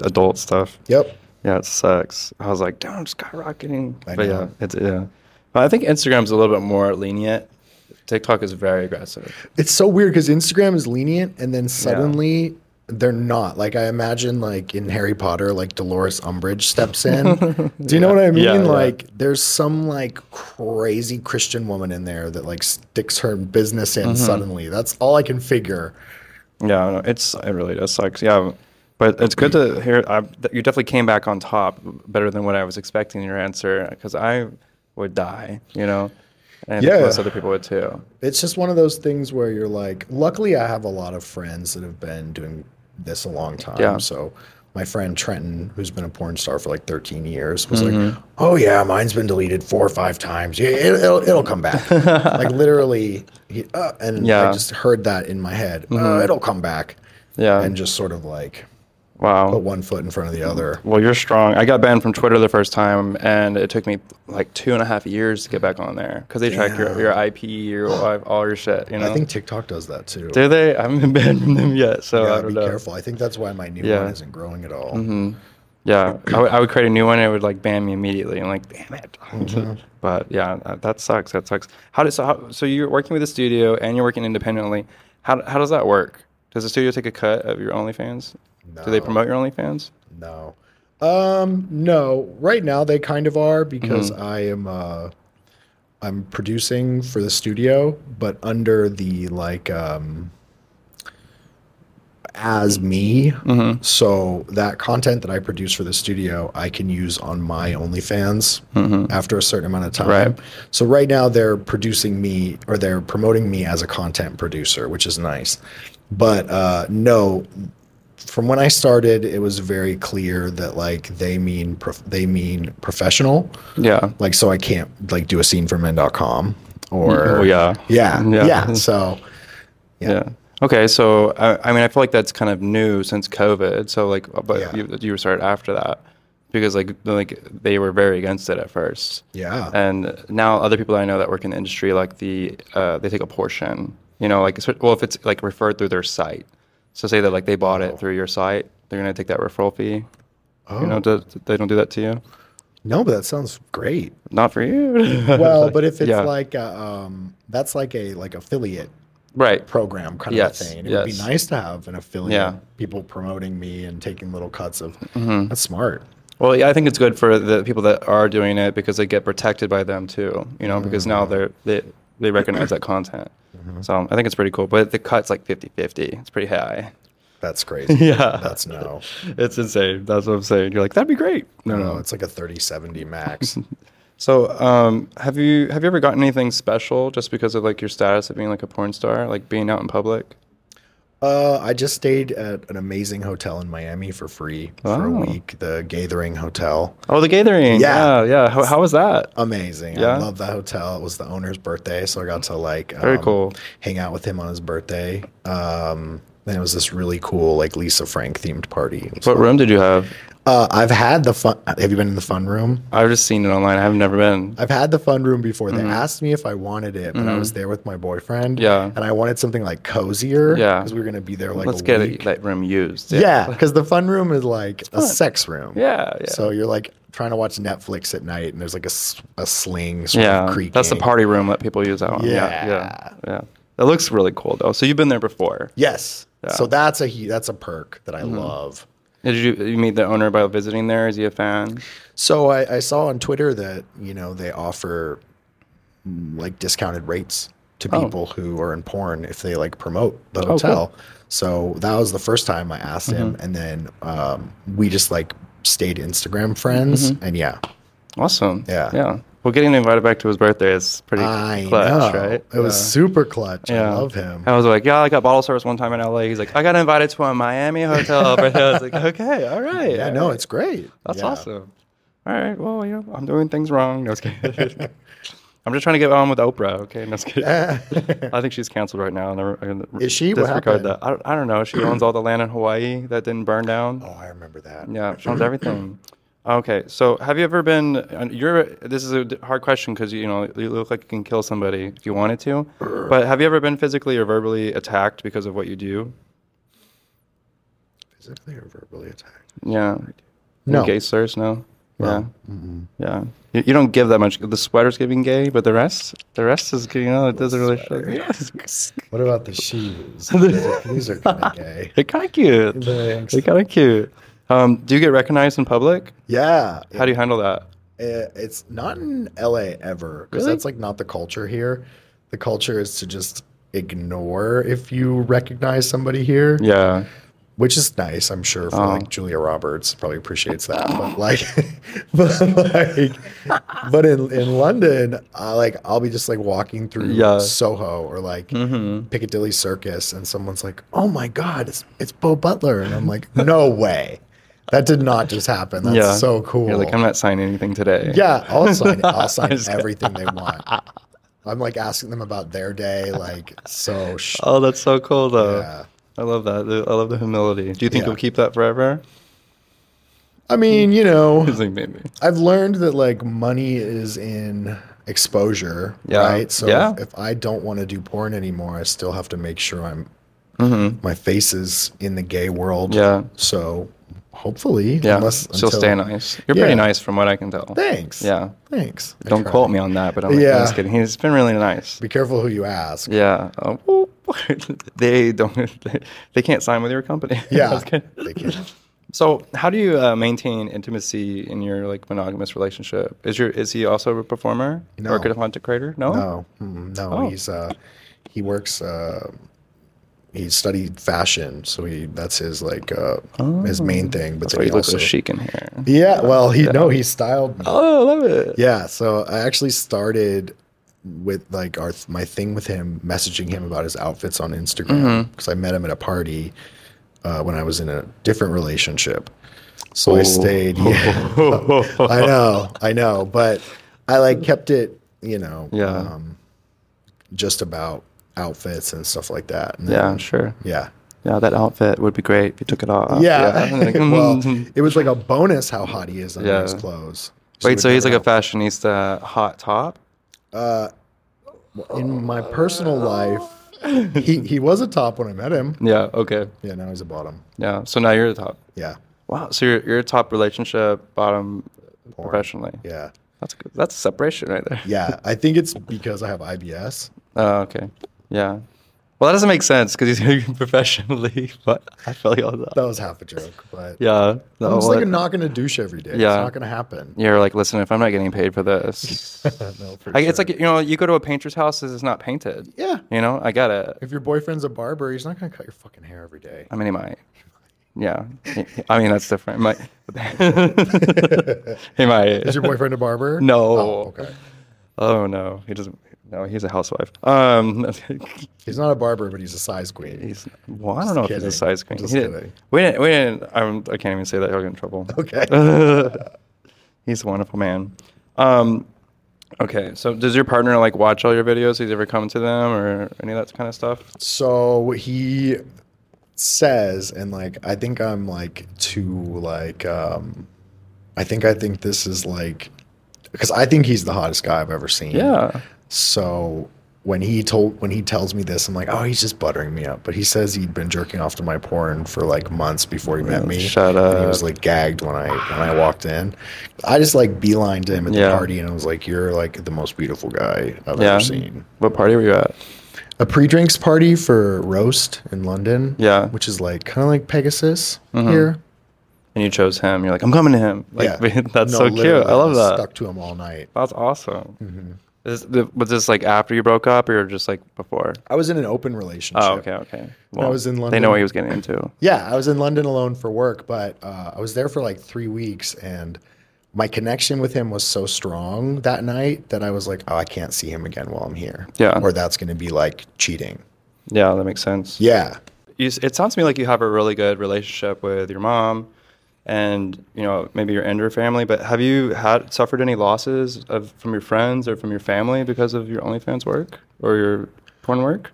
S1: adult stuff.
S2: Yep.
S1: Yeah, it sucks. I was like, damn, I'm skyrocketing.
S2: I
S1: but
S2: know.
S1: yeah, it's yeah. But I think Instagram's a little bit more lenient. TikTok is very aggressive.
S2: it's so weird because Instagram is lenient and then suddenly they're not. Like I imagine like in Harry Potter, like Dolores Umbridge
S1: <laughs>
S2: steps in. Do you know what I mean?
S1: Yeah, yeah.
S2: like there's some like crazy Christian woman in there that like sticks her business in
S1: Mm-hmm.
S2: suddenly. That's all I can figure.
S1: Yeah, no, it's it really does sucks. Yeah, but it's good to hear. I, you definitely came back on top, better than what I was expecting in your answer, because I would die. You know, and I think
S2: Yeah.
S1: most other people would too.
S2: It's just one of those things where you're like, luckily I have a lot of friends that have been doing this a long time.
S1: Yeah.
S2: So my friend Trenton, who's been a porn star for like 13 years, was
S1: Mm-hmm.
S2: like, "Oh yeah, mine's been deleted four or five times. Yeah, it, it'll it'll
S1: <laughs>
S2: come back." like literally, he, uh, and I
S1: Yeah. Mm-hmm.
S2: just heard that in my head. Uh, it'll come back,
S1: Yeah. Mm-hmm.
S2: and just sort of like
S1: wow.
S2: put one foot in front of the other.
S1: Well, you're strong. I got banned from Twitter the first time, and it took me like two and a half years to get back on there because they track your, your IP, your all your shit. You know,
S2: I think TikTok does that too.
S1: do they? I haven't been banned from them yet, so I
S2: Yeah,
S1: don't
S2: be
S1: know.
S2: careful. I think that's why my new
S1: Yeah. Mm-hmm.
S2: one isn't growing at all.
S1: Yeah, I would- I would create a new one and it would like ban me immediately. I'm like, damn it. But yeah, that, that sucks. That sucks. How does so, how, so you're working with a studio and you're working independently? How how does that work? Does the studio take a cut of your OnlyFans? Do they
S2: No.
S1: promote your OnlyFans?
S2: No. Um, no. Right now they kind of are because I am uh I'm producing for the studio, but under the like um as me. So that content that I produce for the studio, I can use on my OnlyFans after a certain amount of time.
S1: Right.
S2: So right now they're producing me or they're promoting me as a content producer, which is nice. But uh no, from when I started, it was very clear that like they mean prof- they mean professional.
S1: Yeah.
S2: Like so, I can't like do a scene for men.com or
S1: Oh yeah.
S2: yeah,
S1: Yeah.
S2: yeah. So
S1: Yeah. Okay, so I, I mean, I feel like that's kind of new since COVID. So like, but
S2: Yeah.
S1: you, you were started after that because like like they were very against it at first.
S2: yeah,
S1: and now other people that I know that work in the industry, like the uh, they take a portion. You know, like so- well, if it's like referred through their site, so say that like they bought it through your site, they're gonna take that referral fee. You know, do, they don't do that to you.
S2: no, but that sounds
S1: <laughs>
S2: great.
S1: Not for you. <laughs>
S2: Well, but if it's
S1: Yeah.
S2: like a, um, that's like a like affiliate
S1: right.
S2: program kind
S1: Yes,
S2: of a thing. It would be
S1: yes.
S2: nice to have an affiliate,
S1: Yeah. Mm-hmm.
S2: people promoting me and taking little cuts of. That's smart.
S1: Well, yeah, I think it's good for the people that are doing it because they get protected by them too. You know, because now they're they they recognize that content. So I think it's pretty cool. But the cut's like 50-50. It's pretty high. <laughs>
S2: That's crazy.
S1: Yeah.
S2: that's no,
S1: It's insane. That's what I'm saying. You're like, that'd be great. No,
S2: no. It's like a thirty
S1: <laughs>
S2: seventy max.
S1: So, um, have you have you ever gotten anything special just because of like your status of being like a porn star, like being out in public?
S2: Uh, I just stayed at an amazing hotel in Miami for free for a
S1: Wow.
S2: week, the Gathering Hotel.
S1: Oh, the gathering.
S2: Yeah.
S1: yeah. How, how was that?
S2: Amazing.
S1: Yeah?
S2: I love that hotel. It was the owner's birthday, so I got to like um,
S1: Very cool.
S2: hang out with him on his birthday. Um, and it was this really cool like Lisa Frank themed party.
S1: What room did you have?
S2: Uh, I've had the fun. Have you been in the fun room?
S1: I've just seen it online. I've never been.
S2: I've had the fun room before.
S1: Mm-hmm.
S2: They asked me if I wanted it, but I was there with my boyfriend.
S1: Yeah.
S2: And I wanted something like cozier.
S1: Yeah.
S2: Because we were gonna be there like
S1: Let's
S2: a
S1: get
S2: week.
S1: it, that room used.
S2: Yeah, because the fun room is like a sex room.
S1: Yeah, yeah.
S2: So you're like trying to watch Netflix at night, and there's like a, s- a sling sort
S1: yeah.
S2: of creaking.
S1: That's the party room that people use out. yeah, yeah,
S2: Yeah.
S1: yeah. It looks really cool though. So you've been there before.
S2: Yes.
S1: Yeah. Mm-hmm.
S2: So that's a hu- that's a perk that I love.
S1: Did you you meet the owner by visiting there? Is he a fan?
S2: So I, I saw on Twitter that you know they offer mm, like discounted rates to
S1: Oh.
S2: people who are in porn if they like promote the hotel. So that was the first time I asked him,
S1: Mm-hmm.
S2: and then um, we just like stayed Instagram friends,
S1: Mm-hmm.
S2: and yeah,
S1: Awesome.
S2: Yeah.
S1: yeah. Well, getting invited back to his birthday is pretty
S2: I
S1: clutch,
S2: know.
S1: right?
S2: It was
S1: Yeah.
S2: super clutch.
S1: Yeah.
S2: I love him.
S1: I was like, yeah, I got bottle service one time in LA. He's like, I got invited to a Miami hotel. over here. I was
S2: <laughs>
S1: like, okay, all right.
S2: Yeah,
S1: all
S2: no,
S1: right.
S2: it's great.
S1: that's
S2: Yeah. <laughs>
S1: awesome. <laughs> All right, well, you know, I'm doing things wrong. No, I was kidding. <laughs> I'm just trying to get on with Oprah. Okay, no, I was kidding.
S2: Oh,
S1: I think she's canceled right now. I never, I never-
S2: Is she? What
S1: Disregard
S2: happened?
S1: that. I don't, I don't know. She owns all the land in Hawaii that didn't burn down.
S2: Oh, I remember that.
S1: Yeah, owns everything. Okay, so have you ever been? and You're. This is a d- hard question because you know you look like you can kill somebody if you wanted to. But have you ever been physically or verbally attacked because of what you do?
S2: Physically or verbally attacked?
S1: Yeah.
S2: No.
S1: Any gay slurs, no. Yeah. Yeah. You, you don't give that much. The sweater's giving gay, but the rest, the rest is you know it doesn't really. Show. Yeah, it's-
S2: What about
S1: <laughs>
S2: the shoes? These are kind of gay.
S1: they're kind of cute.
S2: Thanks.
S1: They're kind of cute. Um, do you get recognized in public?
S2: Yeah.
S1: How do you handle that?
S2: Uh, it's not in LA ever because
S1: Really?
S2: that's like not the culture here. The culture is to just ignore if you recognize somebody here,
S1: Yeah.
S2: which is nice, I'm sure. For
S1: Oh.
S2: like Julia Roberts, probably appreciates that. But like, <laughs> but like, but in in London, I like I'll be just like walking through
S1: Yeah. Mm-hmm.
S2: Soho or like Piccadilly Circus, and someone's like, "Oh my God, it's it's Bo Butler," and I'm like, "No way." That did not just happen. That's
S1: yeah.
S2: so cool.
S1: You're like I'm not signing anything today.
S2: Yeah,
S1: <laughs>
S2: I'll sign. I'll sign
S1: Just-
S2: everything they want. I'm like asking them about their day, like so. Sh-
S1: Oh, that's so cool though.
S2: Yeah.
S1: I love that. The- I love the humility. Do you think
S2: Yeah.
S1: you'll keep that forever?
S2: I mean, you know,
S1: <laughs> It's like maybe.
S2: I've learned that like money is in exposure,
S1: Yeah.
S2: right? So
S1: Yeah.
S2: if, if I don't want to do porn anymore, I still have to make sure I'm my face is in the gay world.
S1: Mm-hmm. Yeah.
S2: So Hopefully,
S1: Yeah,
S2: unless
S1: she'll
S2: until-
S1: stay nice. You're
S2: Yeah.
S1: pretty nice from what I can tell.
S2: Thanks.
S1: Yeah.
S2: Thanks. I
S1: Don't
S2: try.
S1: quote me on that, but I'm like,
S2: Yeah.
S1: I'm just kidding. He's been really nice.
S2: Be careful who you ask.
S1: Yeah. <laughs> Um, whoop. they don't. <laughs> They, they can't sign with your company. <laughs>
S2: Yeah.
S1: That's good.
S2: <laughs> They can-
S1: So, how do you uh, maintain intimacy in your like monogamous relationship? Is your is he also a performer or
S2: No.
S1: a content creator? No.
S2: No, mm, no.
S1: Oh.
S2: He's uh, he works. Uh, he studied fashion, so he that's his like uh, his main thing.
S1: Oh.
S2: But
S1: That's
S2: then
S1: why
S2: he
S1: you look so
S2: also
S1: chic in here.
S2: yeah. Well, he no, he styled. me.
S1: Oh, I love
S2: <laughs>
S1: it.
S2: Yeah, so I actually started with like our my thing with him, messaging him about his outfits on Instagram
S1: Mm-hmm.
S2: because I met him at a party uh, when I was in a different relationship. So
S1: Oh.
S2: I
S1: <laughs>
S2: stayed. Yeah. I know, I know, but I like kept it, you know, um,
S1: Yeah.
S2: just about outfits and stuff like that. And
S1: Yeah,
S2: then-
S1: sure.
S2: yeah.
S1: Yeah, that outfit would be great if you took it off.
S2: Yeah.
S1: Like,
S2: <laughs>
S1: <laughs>
S2: well, it was like a bonus how hot he is on
S1: Yeah.
S2: his clothes.
S1: Wait,
S2: it
S1: so he's like
S2: never
S1: a fashionista hot top?
S2: Uh, in my personal life, he, he was a top when I met him.
S1: Yeah, okay.
S2: Yeah, now he's a bottom.
S1: Yeah. So now you're the top.
S2: Yeah,
S1: Wow. So you're, you're a top relationship, bottom professionally.
S2: yeah,
S1: That's good. That's separation right there.
S2: yeah. I think it's because I have IBS.
S1: Oh, okay. Yeah. Well, that doesn't make sense because he's <laughs> doing professionally, <laughs> but I feel you on that.
S2: That was half a joke, but
S1: Yeah. No,
S2: I'm just
S1: well,
S2: like not gonna douche every day.
S1: Yeah.
S2: It's not gonna happen.
S1: you're like, listen, if I'm not getting paid for this,
S2: <laughs> No, for
S1: I, it's
S2: sure.
S1: like, you know, you go to a painter's house, it's not painted.
S2: yeah.
S1: You know, I get it.
S2: If your boyfriend's a barber, he's not gonna cut your fucking hair every
S1: <laughs>
S2: day.
S1: I mean, he might. Yeah. I mean, that's different. Might. <laughs> he might.
S2: Is your boyfriend a barber?
S1: No.
S2: Oh, okay.
S1: Oh no, he doesn't. No, he's a housewife. Um, <laughs>
S2: He's not a barber, but he's a size queen.
S1: he's. Well, I don't know if he's
S2: kidding.
S1: a size queen.
S2: Just
S1: He didn't-
S2: kidding.
S1: we didn't. We didn't. I'm, I can't even say that. I'll get in trouble. <laughs>
S2: Okay.
S1: He's a wonderful man. Um, okay. So, does your partner like watch all your videos? He's ever come to them or any of that kind of stuff?
S2: So he says, and like, I think I'm like too like, um, I think I think this is like, because I think he's the hottest guy I've ever seen.
S1: Yeah.
S2: So when he told when he tells me this, I'm like, oh, he's just buttering me up. But he says he'd been jerking off to my porn for like months before he met me.
S1: Oh, shut
S2: And he
S1: up.
S2: was like gagged when I when I walked in. I just like beelined to him at the
S1: Yeah.
S2: party, and I was like, you're like the most beautiful guy I've
S1: Yeah.
S2: ever seen
S1: What party were you at?
S2: a pre-drinks party for roast in London.
S1: Yeah.
S2: which is like kind of like Pegasus here.
S1: And you chose him. You're like, I'm coming to him. Like,
S2: yeah,
S1: <laughs> that's
S2: No,
S1: so cute.
S2: literally,
S1: I love
S2: was
S1: that.
S2: Stuck Mm-hmm. to him all night.
S1: That's awesome. Is the, was this like after you broke up or just like before?
S2: I was in an open relationship.
S1: Oh, okay, okay. Well,
S2: was in
S1: They know what
S2: London.
S1: he was getting into.
S2: Yeah, I was in London alone for work, but uh, I was there for like three weeks, and my connection with him was so strong that night that I was like, oh, I can't see him again while I'm here.
S1: Yeah.
S2: or that's going to be like cheating.
S1: Yeah, that makes sense.
S2: Yeah,
S1: You, s- it sounds to me like you have a really good relationship with your mom, and you know maybe your and your family. But have you had suffered any losses of from your friends or from your family because of your OnlyFans work or your porn work?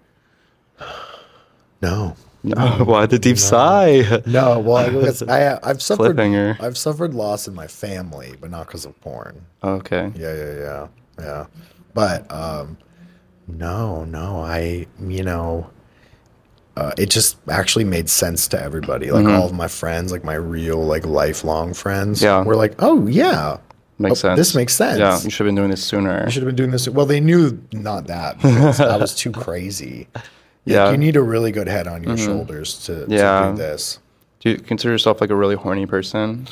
S2: no.
S1: No. <laughs> Why the deep sigh?
S2: No, well, I,
S1: <laughs>
S2: guess I, I've suffered.
S1: Cliffhanger.
S2: I've suffered loss in my family, but not because of porn.
S1: Okay.
S2: Yeah, yeah, yeah, yeah. But um, no, no, I, you know, uh, it just actually made sense to everybody.
S1: Mm-hmm.
S2: Like all of my friends, like my real, like lifelong friends,
S1: Yeah.
S2: were like, oh yeah,
S1: Makes
S2: Oh,
S1: sense.
S2: This makes sense.
S1: Yeah, you should have been doing this sooner.
S2: I should have been doing this. Well, they knew not that. Because I was
S1: <laughs>
S2: too crazy. Like,
S1: Yeah. Mm-hmm.
S2: you need a really good head on your shoulders to,
S1: Yeah.
S2: to do this.
S1: Do you consider yourself like a really horny person?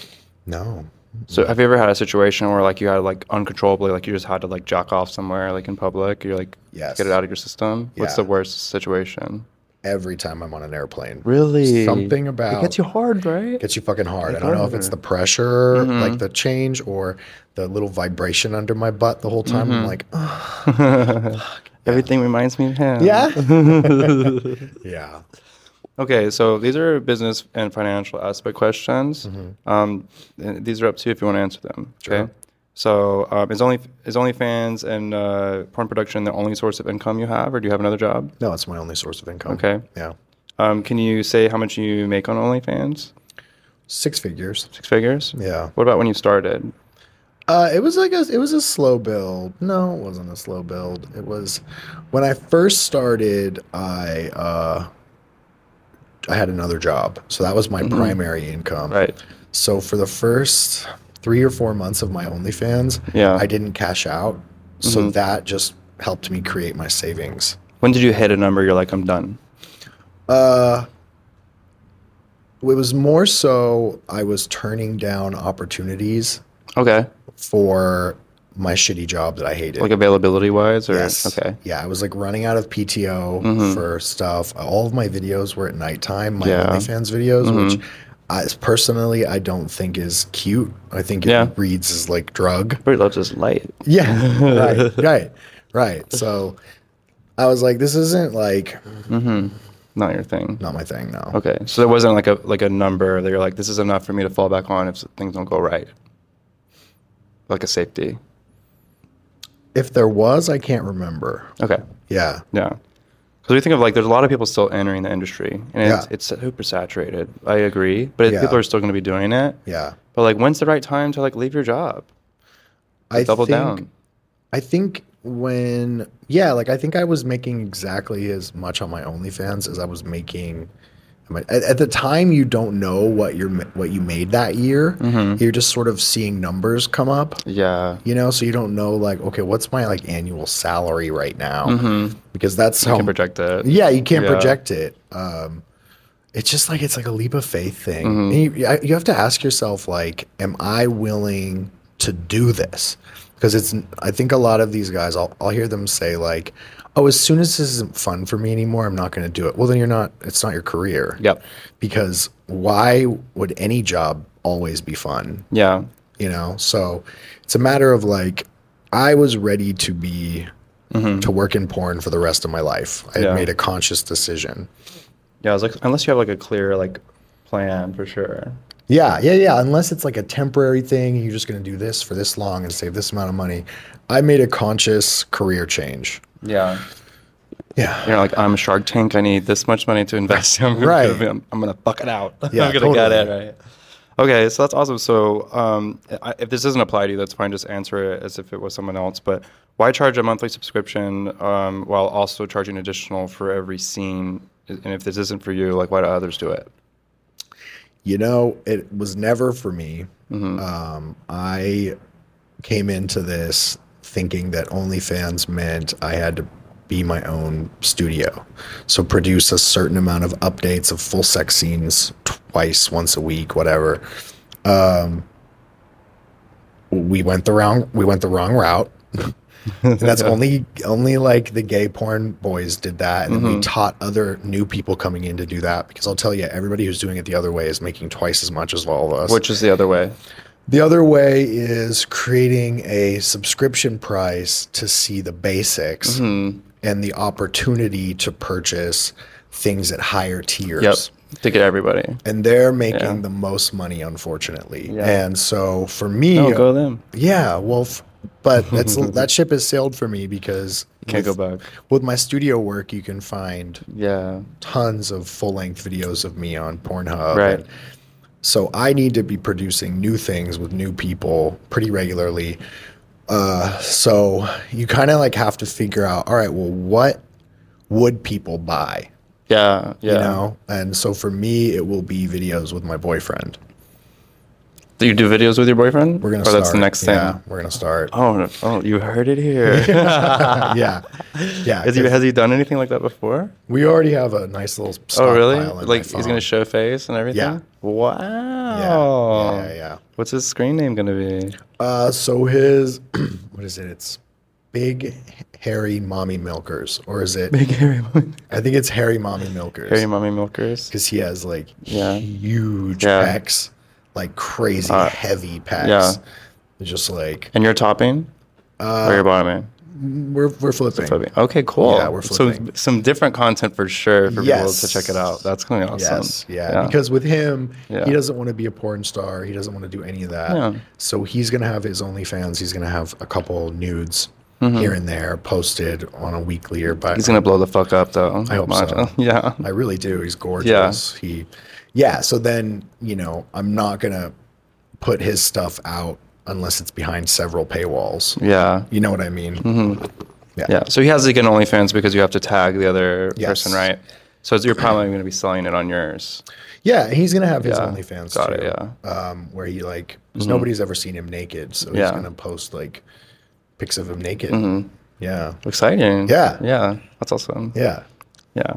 S2: No,
S1: So have you ever had a situation where like you had like uncontrollably like you just had to like jack off somewhere like in public? You're like
S2: Yes.
S1: get it out of your system. What's the
S2: Yeah.
S1: worst situation?
S2: every time I'm on an airplane,
S1: Really?
S2: something about
S1: it gets you hard, right?
S2: gets you fucking hard. I don't know if it's the pressure,
S1: Mm-hmm.
S2: like the change, or the little vibration under my butt the whole time.
S1: Mm-hmm.
S2: I'm like, "Ugh."
S1: Everything reminds me of him.
S2: yeah, <laughs> yeah.
S1: Okay, so these are business and financial aspect questions.
S2: Mm-hmm.
S1: Um, th- these are up to you if you want to answer them. Okay. So um, is only is OnlyFans and uh, porn production the only source of income you have, or do you have another job?
S2: No, it's my only source of income.
S1: Okay.
S2: Yeah,
S1: Um, can you say how much you make on OnlyFans?
S2: six figures.
S1: Six figures.
S2: Yeah.
S1: What about when you started?
S2: Uh, it was like a it was a slow build. No, it wasn't a slow build. It was when I first started. I uh, I had another job, so that was my primary income.
S1: Mm-hmm. Right.
S2: So for the first three or four months of my OnlyFans,
S1: Yeah. Mm-hmm.
S2: I didn't cash out. So that just helped me create my savings.
S1: When did you hit a number you're like, I'm done?
S2: Uh, It was more so I was turning down opportunities
S1: Okay.
S2: for my shitty job that I hated.
S1: Like availability wise or
S2: Yes.
S1: okay. Mm-hmm.
S2: Yeah, I was like running out of PTO for stuff. All of my videos were at nighttime, my
S1: Yeah. Mm-hmm.
S2: OnlyFans videos, which I personally I don't think is cute. I think it
S1: Yeah.
S2: reads as like drug.
S1: Pretty loves his light. <laughs>
S2: Yeah. right. Right. Right. So I was like, this isn't like
S1: Not your thing.
S2: not my thing now.
S1: Okay. So there wasn't like a like a number that you're like, this is enough for me to fall back on if things don't go right. Like a safety.
S2: If there was, I can't remember.
S1: Okay.
S2: Yeah.
S1: Yeah. Because we think of like, there's a lot of people still entering the industry, and
S2: Yeah.
S1: it's, it's super saturated. I agree, but
S2: Yeah.
S1: people are still going to be doing it.
S2: Yeah.
S1: But like, when's the right time to like leave your job?
S2: I
S1: Double
S2: think-
S1: down.
S2: I think when yeah, like I think I was making exactly as much on my OnlyFans as I was making. am I- At, at the time, you don't know what you're ma- what you made that year.
S1: Mm-hmm.
S2: You're just sort of seeing numbers come up,
S1: Yeah.
S2: you know. So you don't know like okay, what's my like annual salary right now? Because that's how
S1: Can project Mm-hmm. it.
S2: yeah, you can't
S1: Yeah.
S2: project it. Um, it's just like it's like a leap of faith thing. And you, I- you have to ask yourself, like, am I willing to do this? Because it's, I think a lot of these guys, I'll, I'll hear them say like, "Oh, as soon as this isn't fun for me anymore, I'm not going to do it." Well, then you're not. It's not your career.
S1: Yep.
S2: Because why would any job always be fun?
S1: Yeah.
S2: you know so it's a matter of like i was ready to be to work in porn for the rest of my life i
S1: Yeah.
S2: had made a conscious decision
S1: Yeah. I was like, unless you have like a clear like plan for sure.
S2: yeah yeah yeah unless it's like a temporary thing you're just going to do this for this long and save this amount of money i made a conscious career change
S1: Yeah.
S2: yeah
S1: You're like, I'm a Shark Tank. I need this much money to invest. <laughs> I'm gonna,
S2: Right.
S1: I'm, I'm gonna buck it out. <laughs>
S2: Yeah,
S1: I'm gonna get it
S2: totally.
S1: right. Okay, so that's awesome. So, um, I, if this doesn't apply to you, that's fine. Just answer it as if it was someone else. But why charge a monthly subscription um, while also charging additional for every scene? And if this isn't for you, like, why do others do it?
S2: you know it was never for me um, i came into this thinking that onlyfans meant i had to be my own studio so produce a certain amount of updates of full sex scenes twice once a week whatever um, we went the wrong we went the wrong route and that's only only like the gay porn boys did that, and then we taught other new people coming in to do that. Because I'll tell you, everybody who's doing it the other way is making twice as much as all of us.
S1: Which is the other way.
S2: the other way is creating a subscription price to see the basics
S1: Mm-hmm.
S2: and the opportunity to purchase things at higher tiers
S1: Yep. To get everybody.
S2: and they're making
S1: Yeah.
S2: the most money, unfortunately.
S1: Yeah.
S2: And so for me,
S1: No, go them.
S2: yeah, well, f-
S1: <laughs>
S2: but that's that ship has sailed for me because
S1: Can't
S2: with-
S1: go back.
S2: With my studio work, you can find
S1: Yeah.
S2: tons of full length videos of me on Pornhub.
S1: Right.
S2: So I need to be producing new things with new people pretty regularly. Uh, so you kind of like have to figure out, all right, well, what would people buy?
S1: Yeah. Yeah.
S2: You know, and so for me, it will be videos with my boyfriend.
S1: Do you do videos with your boyfriend?
S2: We're gonna
S1: Or
S2: start.
S1: Oh, that's the next thing.
S2: Yeah, we're gonna
S1: <laughs>
S2: start. <laughs>
S1: Oh, no. oh, you heard it here.
S2: yeah, yeah.
S1: Has he,
S2: 'cause
S1: has he done anything like that before?
S2: we already have a nice little.
S1: Oh, really?
S2: stockpile in my
S1: Like he's
S2: phone.
S1: gonna show face and everything?
S2: Yeah.
S1: Wow. Oh.
S2: Yeah, yeah, yeah.
S1: What's his screen name gonna
S2: <laughs>
S1: be?
S2: Uh, so his, <clears throat> what is it? It's big, hairy mommy milkers, or is it?
S1: Big Harry,
S2: I think it's hairy mommy milkers.
S1: Harry Mommy Milkers.
S2: because he has like
S1: Yeah.
S2: huge
S1: Yeah. Uh,
S2: packs, like crazy heavy packs.
S1: yeah.
S2: Just like
S1: And you're topping? Uh, or you're bottoming?
S2: we're we're flipping.
S1: Flipping. Okay, cool.
S2: Yeah, we're
S1: So
S2: flipping.
S1: some different content for sure for
S2: Yes.
S1: people to check it out. That's gonna be awesome.
S2: Yes, yeah. Because with him,
S1: Yeah.
S2: he doesn't want to be a porn star. He doesn't want to do any of that.
S1: Yeah.
S2: So he's gonna have his OnlyFans. He's gonna have a couple nudes here and there posted on a weekly or bi.
S1: Mm-hmm. he's gonna blow the fuck up though. I
S2: hope so.
S1: <laughs> yeah.
S2: I really do. He's gorgeous. He, yeah. So then you know, I'm not gonna put his stuff out unless it's behind several paywalls.
S1: Yeah. Mm-hmm.
S2: You know what I mean?
S1: Yeah. So he has like an OnlyFans because you have to tag the other
S2: Yes.
S1: person, right? So you're probably going to be selling it on yours.
S2: Yeah, he's gonna have his
S1: Yeah,
S2: OnlyFans
S1: got
S2: too.
S1: it, yeah. Mm-hmm.
S2: um, where he like 'cause nobody's ever seen him naked, so he's
S1: Yeah. Mm-hmm.
S2: gonna post like pics of him naked. Yeah,
S1: Exciting.
S2: Yeah.
S1: Yeah. That's awesome.
S2: yeah,
S1: Yeah.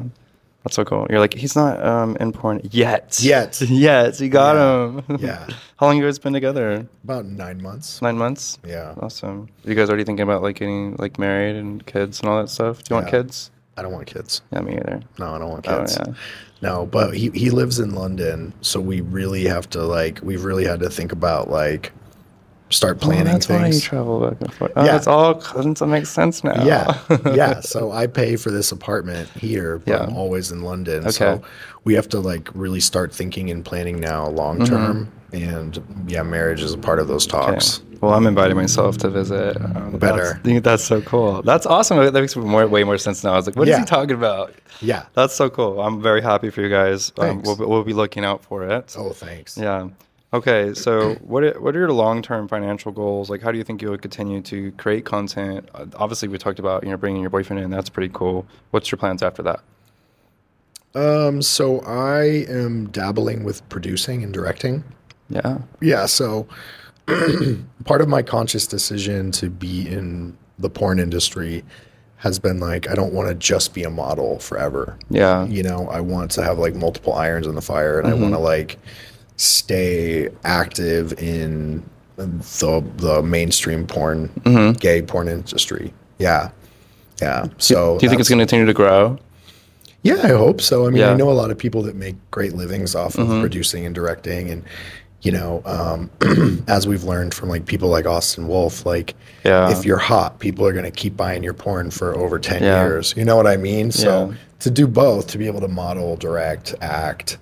S1: That's so cool. You're like, he's not um, in porn yet.
S2: Yet.
S1: <laughs> Yes. You got him. <laughs>
S2: Yeah.
S1: How long you guys been together?
S2: about nine months.
S1: Nine months?
S2: Yeah,
S1: Awesome. You guys already thinking about like getting like married and kids and all that stuff? Do you want
S2: Yeah.
S1: kids?
S2: I don't want kids.
S1: Yeah, me either.
S2: No, I don't want
S1: Oh,
S2: kids.
S1: yeah.
S2: No, but he he lives in London, so we really have to like we've really had to think about like start planning
S1: oh, that's why you
S2: things.
S1: travel back and forth. Oh,
S2: Yeah.
S1: that's all doesn't that make sense now?
S2: Yeah,
S1: <laughs>
S2: yeah. So I pay for this apartment here, but
S1: Yeah.
S2: I'm always in London.
S1: Okay.
S2: So we have to like really start thinking and planning now, long term. And yeah, marriage is a part of those talks.
S1: Mm-hmm. Okay. Well, I'm inviting myself to visit. Um, <laughs>
S2: Better.
S1: That's, that's so cool. That's awesome. That makes more, way more sense now. I was like, what is
S2: Yeah.
S1: he talking about?
S2: Yeah.
S1: That's so cool. I'm very happy for you guys. Um,
S2: Thanks.
S1: we'll, be- we'll be looking out for it.
S2: Oh, thanks.
S1: Yeah. Okay. So, what are, what are your long term financial goals? Like, how do you think you'll continue to create content? Uh, Obviously, we talked about you know bringing your boyfriend in. That's pretty cool. What's your plans after that?
S2: Um. So I am dabbling with producing and directing.
S1: Yeah.
S2: Yeah. So <clears throat> part of my conscious decision to be in the porn industry has been like I don't want to just be a model forever.
S1: Yeah.
S2: you know i want to have like multiple irons in the fire and i want to
S1: Mm-hmm.
S2: like stay active in the the mainstream porn gay porn industry yeah yeah so
S1: Mm-hmm. Do you think it's going to continue to grow?
S2: yeah i hope so i mean
S1: Yeah. Mm-hmm.
S2: i know a lot of people that make great livings off of producing and directing and you know um, <clears throat> as we've learned from like people like austin wolf like
S1: Yeah.
S2: if you're hot people are going to keep buying your porn for over 10
S1: Yeah.
S2: years you know what i mean so
S1: Yeah.
S2: to do both to be able to model direct act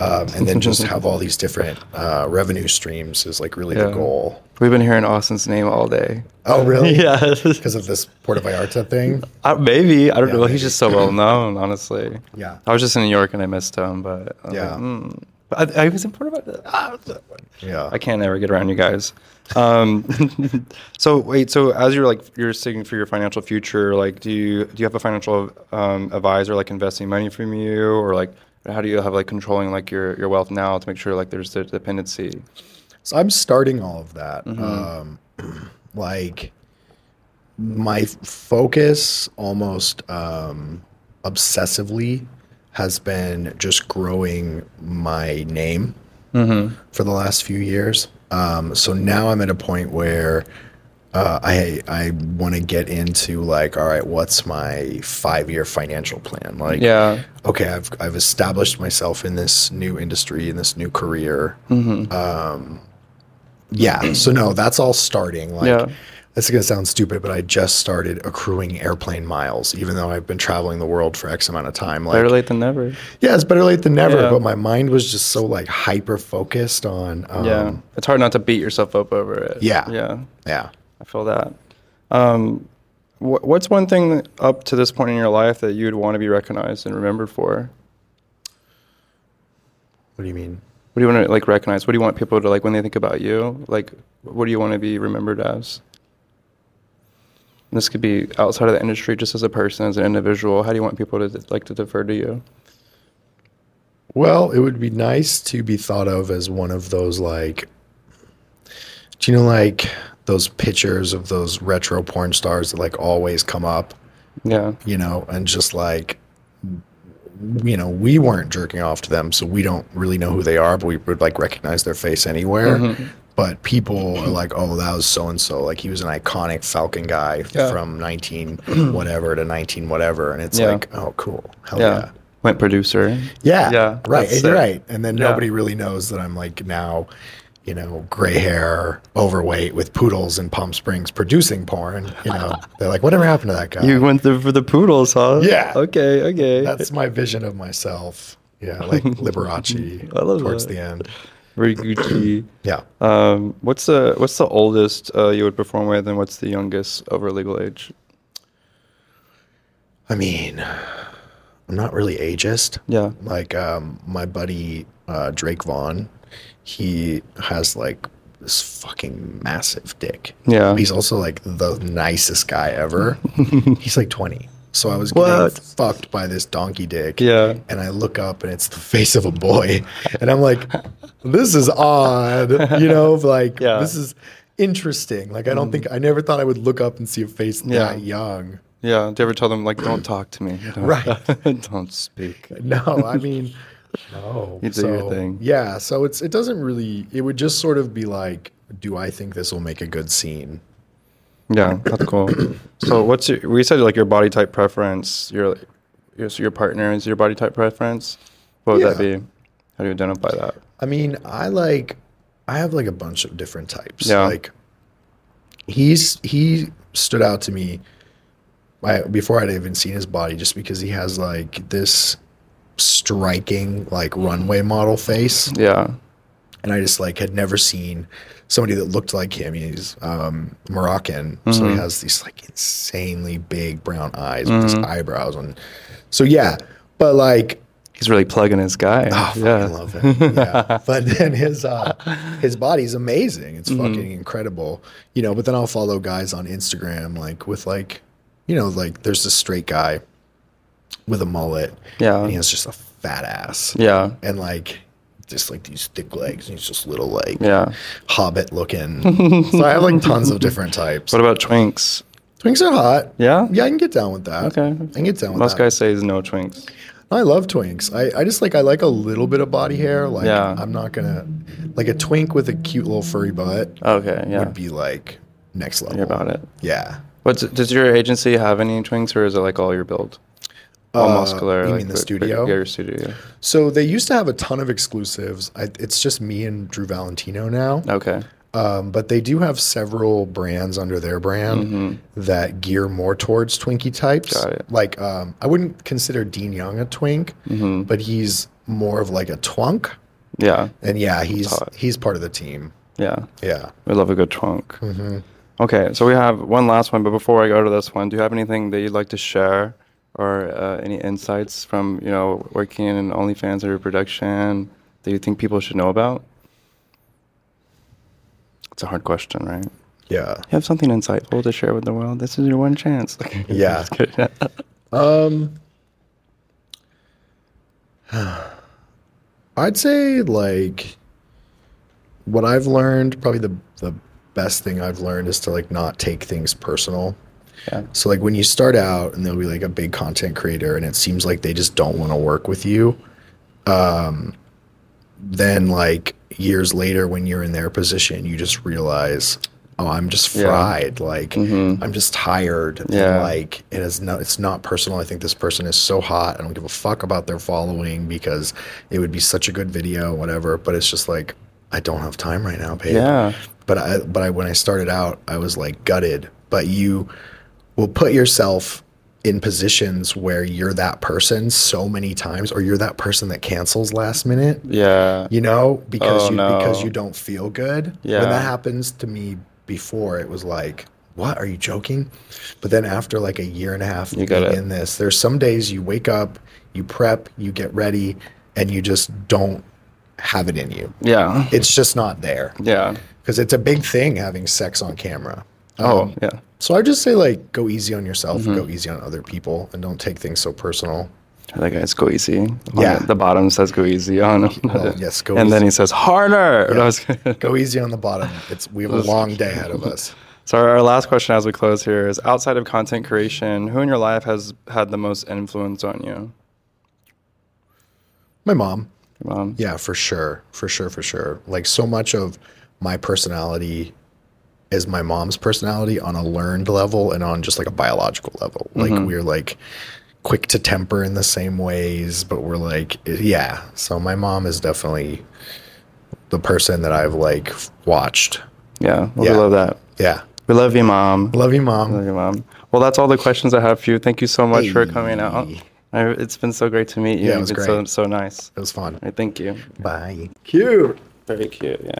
S2: um, and
S1: <laughs>
S2: then just have all these different uh, revenue streams is like really the
S1: Yeah.
S2: goal
S1: We've been hearing Austin's name all day.
S2: oh
S1: <laughs>
S2: really <laughs>
S1: Yeah.
S2: because of this puerto vallarta thing
S1: Uh, maybe I don't
S2: Yeah,
S1: know. He's
S2: maybe.
S1: just so
S2: <clears throat>
S1: well known, honestly.
S2: Yeah.
S1: I was just in New York and I missed him, but I was
S2: Yeah.
S1: like, "Hmm." But I, I was in Puerto Vallarta. Ah,
S2: yeah
S1: I can't ever get around you guys. Um, <laughs> so wait, so as you're like you're sitting for your financial future, like do you do you have a financial um, advisor like investing money from you, or like how do you have like controlling like your, your wealth now to make sure like there's the dependency?
S2: So I'm starting all of that. Um, <clears throat> like my f- focus almost um, obsessively has been just growing my name for the last few years. Um, so now I'm at a point where uh, I I want to get into like, all right, what's my five year financial plan? Like,
S1: Yeah.
S2: okay, I've I've established myself in this new industry in this new career.
S1: Mm-hmm.
S2: Um, yeah. So no, that's all starting. Like,
S1: Yeah.
S2: this is gonna sound stupid, but I just started accruing airplane miles, even though I've been traveling the world for X amount of time. Like,
S1: Better late than never.
S2: yeah, it's better late than never.
S1: Yeah.
S2: But my mind was just so like hyper focused on. Um,
S1: Yeah. it's hard not to beat yourself up over it.
S2: Yeah.
S1: Yeah.
S2: Yeah.
S1: I feel that. Um, wh- what's one thing up to this point in your life that you'd want to be recognized and remembered for?
S2: What do you mean?
S1: What do you want to like recognize? What do you want people to like when they think about you? Like, what do you want to be remembered as? And this could be outside of the industry, just as a person, as an individual. How do you want people to like to defer to you?
S2: Well, it would be nice to be thought of as one of those like do you know like those pictures of those retro porn stars that like always come up,
S1: Yeah,
S2: you know, and just like you know, we weren't jerking off to them, so we don't really know who they are, but we would like recognize their face anywhere.
S1: Mm-hmm.
S2: But people are like, oh, that was so and so. Like he was an iconic Falcon guy
S1: Yeah.
S2: from 19 whatever to 19 whatever. And it's
S1: Yeah.
S2: like, oh, cool. Hell
S1: yeah.
S2: yeah.
S1: Went producer.
S2: Yeah.
S1: Yeah,
S2: Right.
S1: that's
S2: and You're
S1: it.
S2: right. And then
S1: Yeah.
S2: nobody really knows that I'm like now, you know, gray hair, overweight with poodles in Palm Springs producing porn.
S1: <laughs>
S2: You know, they're like, whatever happened to that guy?
S1: You went there for the poodles, huh?
S2: Yeah.
S1: Okay. Okay.
S2: That's my vision of myself. Yeah.
S1: <laughs>
S2: Like Liberace
S1: I love
S2: towards
S1: that.
S2: the end.
S1: Very Gucci.
S2: Yeah.
S1: Um, what's the what's the oldest uh, you would perform with, and what's the youngest over legal age?
S2: I mean, I'm not really ageist.
S1: Yeah.
S2: Like um, my buddy uh, Drake Vaughn, he has like this fucking massive dick.
S1: Yeah. <laughs>
S2: He's also like the nicest guy ever. He's like 20. So I was getting
S1: What?
S2: fucked by this donkey dick.
S1: Yeah.
S2: And I look up and it's the face of a boy. And I'm like, this is odd. You know, like
S1: Yeah. Mm.
S2: this is interesting. Like I don't think I never thought I would look up and see a face
S1: Yeah.
S2: that young.
S1: Yeah. Do you ever tell them like, don't talk to <laughs> me? Don't-
S2: Right.
S1: don't speak.
S2: <laughs> No, I mean no.
S1: You do your thing.
S2: Yeah. So it's it doesn't really it would just sort of be like, do I think this will make a good scene?
S1: Yeah, that's cool. <clears throat> so what's your? We said like your body type preference. Your your so your partner is your body type preference. What would that
S2: Yeah.
S1: be? How do you identify that?
S2: I mean, I like I have like a bunch of different types.
S1: Yeah.
S2: Like he's he stood out to me I, before I'd even seen his body just because he has like this striking like runway model face
S1: Yeah.
S2: and I just like had never seen somebody that looked like him. He's um, Moroccan, so
S1: Mm-hmm.
S2: he has these like insanely big brown eyes with
S1: Mm-hmm.
S2: his eyebrows and so yeah, but like
S1: He's really plugging his guy.
S2: Oh, I
S1: yeah.
S2: fucking love
S1: <laughs>
S2: him. Yeah. but then his uh, his body's amazing. It's
S1: Mm-hmm.
S2: fucking incredible. You know, but then I'll follow guys on Instagram like with like you know, like there's this straight guy with a mullet.
S1: Yeah.
S2: And he has just a fat ass.
S1: Uh-huh. yeah.
S2: And like just like these thick legs and he's just little like
S1: Yeah.
S2: hobbit looking. so I have like tons of different types.
S1: What about twinks?
S2: Twinks are hot.
S1: Yeah?
S2: Yeah, I can get down with that.
S1: Okay.
S2: I can get down with
S1: Most
S2: that.
S1: guys say is no twinks.
S2: I love twinks. I, I just like I like a little bit of body hair. Like
S1: Yeah.
S2: I'm not gonna like a twink with a cute little furry butt
S1: Okay. Yeah.
S2: would be like next level.
S1: You're about it.
S2: Yeah.
S1: What's does your agency have any twinks or is it like all your build? All
S2: Uh,
S1: muscular.
S2: you
S1: like
S2: mean the
S1: big- big-
S2: studio?
S1: Yeah, your studio.
S2: So they used to have a ton of exclusives. I, it's just me and Drew Valentino now.
S1: Okay.
S2: Um, but they do have several brands under their brand that gear more towards Twinkie types.
S1: Mm-hmm. Got it.
S2: Like um, I wouldn't consider Dean Young a twink,
S1: Mm-hmm.
S2: but he's more of like a twunk.
S1: Yeah.
S2: And yeah, he's
S1: hot.
S2: he's part of the team.
S1: Yeah.
S2: Yeah.
S1: We love a good trunk.
S2: Mm-hmm.
S1: Okay, so we have one last one, but before I go to this one, do you have anything that you'd like to share or uh, any insights from you know working in OnlyFans or production that you think people should know about? It's a hard question, right? You
S2: Yeah.
S1: have something insightful to share with the world. This is your one chance. <laughs> Okay, I'm
S2: Yeah.
S1: just kidding. <laughs>
S2: Um, I'd say like what I've learned, probably the the best thing I've learned is to like not take things personal.
S1: Yeah.
S2: So like when you start out and they'll be like a big content creator and it seems like they just don't want to work with you, um, then like years later when you're in their position, you just realize, oh, I'm just
S1: Yeah. Mm-hmm.
S2: fried. Like I'm just tired.
S1: Yeah.
S2: And like it is not it's not personal. I think this person is so hot. I don't give a fuck about their following because it would be such a good video, whatever. But it's just like I don't have time right now, babe.
S1: yeah,
S2: But I but I when I started out, I was like gutted. But you will put yourself in positions where you're that person so many times or you're that person that cancels last minute
S1: yeah,
S2: you know, because
S1: Oh,
S2: you
S1: no.
S2: because you don't feel good.
S1: Yeah.
S2: When that happens to me before, it was like, "What? Are you joking?" But then after like a year and a half
S1: You got
S2: being
S1: it.
S2: in this, there's some days you wake up, you prep, you get ready, and you just don't have it in you.
S1: yeah,
S2: It's just not there
S1: yeah.
S2: because it's a big thing having sex on camera.
S1: Oh, Mm-hmm.
S2: Um,
S1: yeah.
S2: So I just say like, go easy on yourself, go easy on other people, and don't take things so personal.
S1: That guy's go easy. On
S2: Yeah.
S1: the bottom says go easy on him.
S2: Well, yes, go
S1: and then
S2: easy.
S1: he says harder. And <laughs> I was kidding.
S2: Go easy on the bottom. It's we have a long day ahead of us.
S1: So our our last question as we close here is outside of content creation, who in your life has had the most influence on you?
S2: My mom.
S1: Your mom?
S2: Yeah, for sure. For sure, for sure. Like so much of my personality is my mom's personality on a learned level and on just like a biological level. Like
S1: Mm-hmm.
S2: we're like quick to temper in the same ways, but we're like yeah. So my mom is definitely the person that I've like watched.
S1: Yeah. Well,
S2: Yeah.
S1: We love that.
S2: Yeah.
S1: We love you, mom.
S2: Love you,
S1: Love
S2: mom.
S1: you, mom. Well, that's all the questions I have for you. Thank you so much for
S2: Hey.
S1: coming out. I, it's been so great to meet you.
S2: Yeah, it was
S1: You've been So, so
S2: great.
S1: nice.
S2: It was fun.
S1: All right, thank you.
S2: Bye. Cute.
S1: Very cute. Yeah.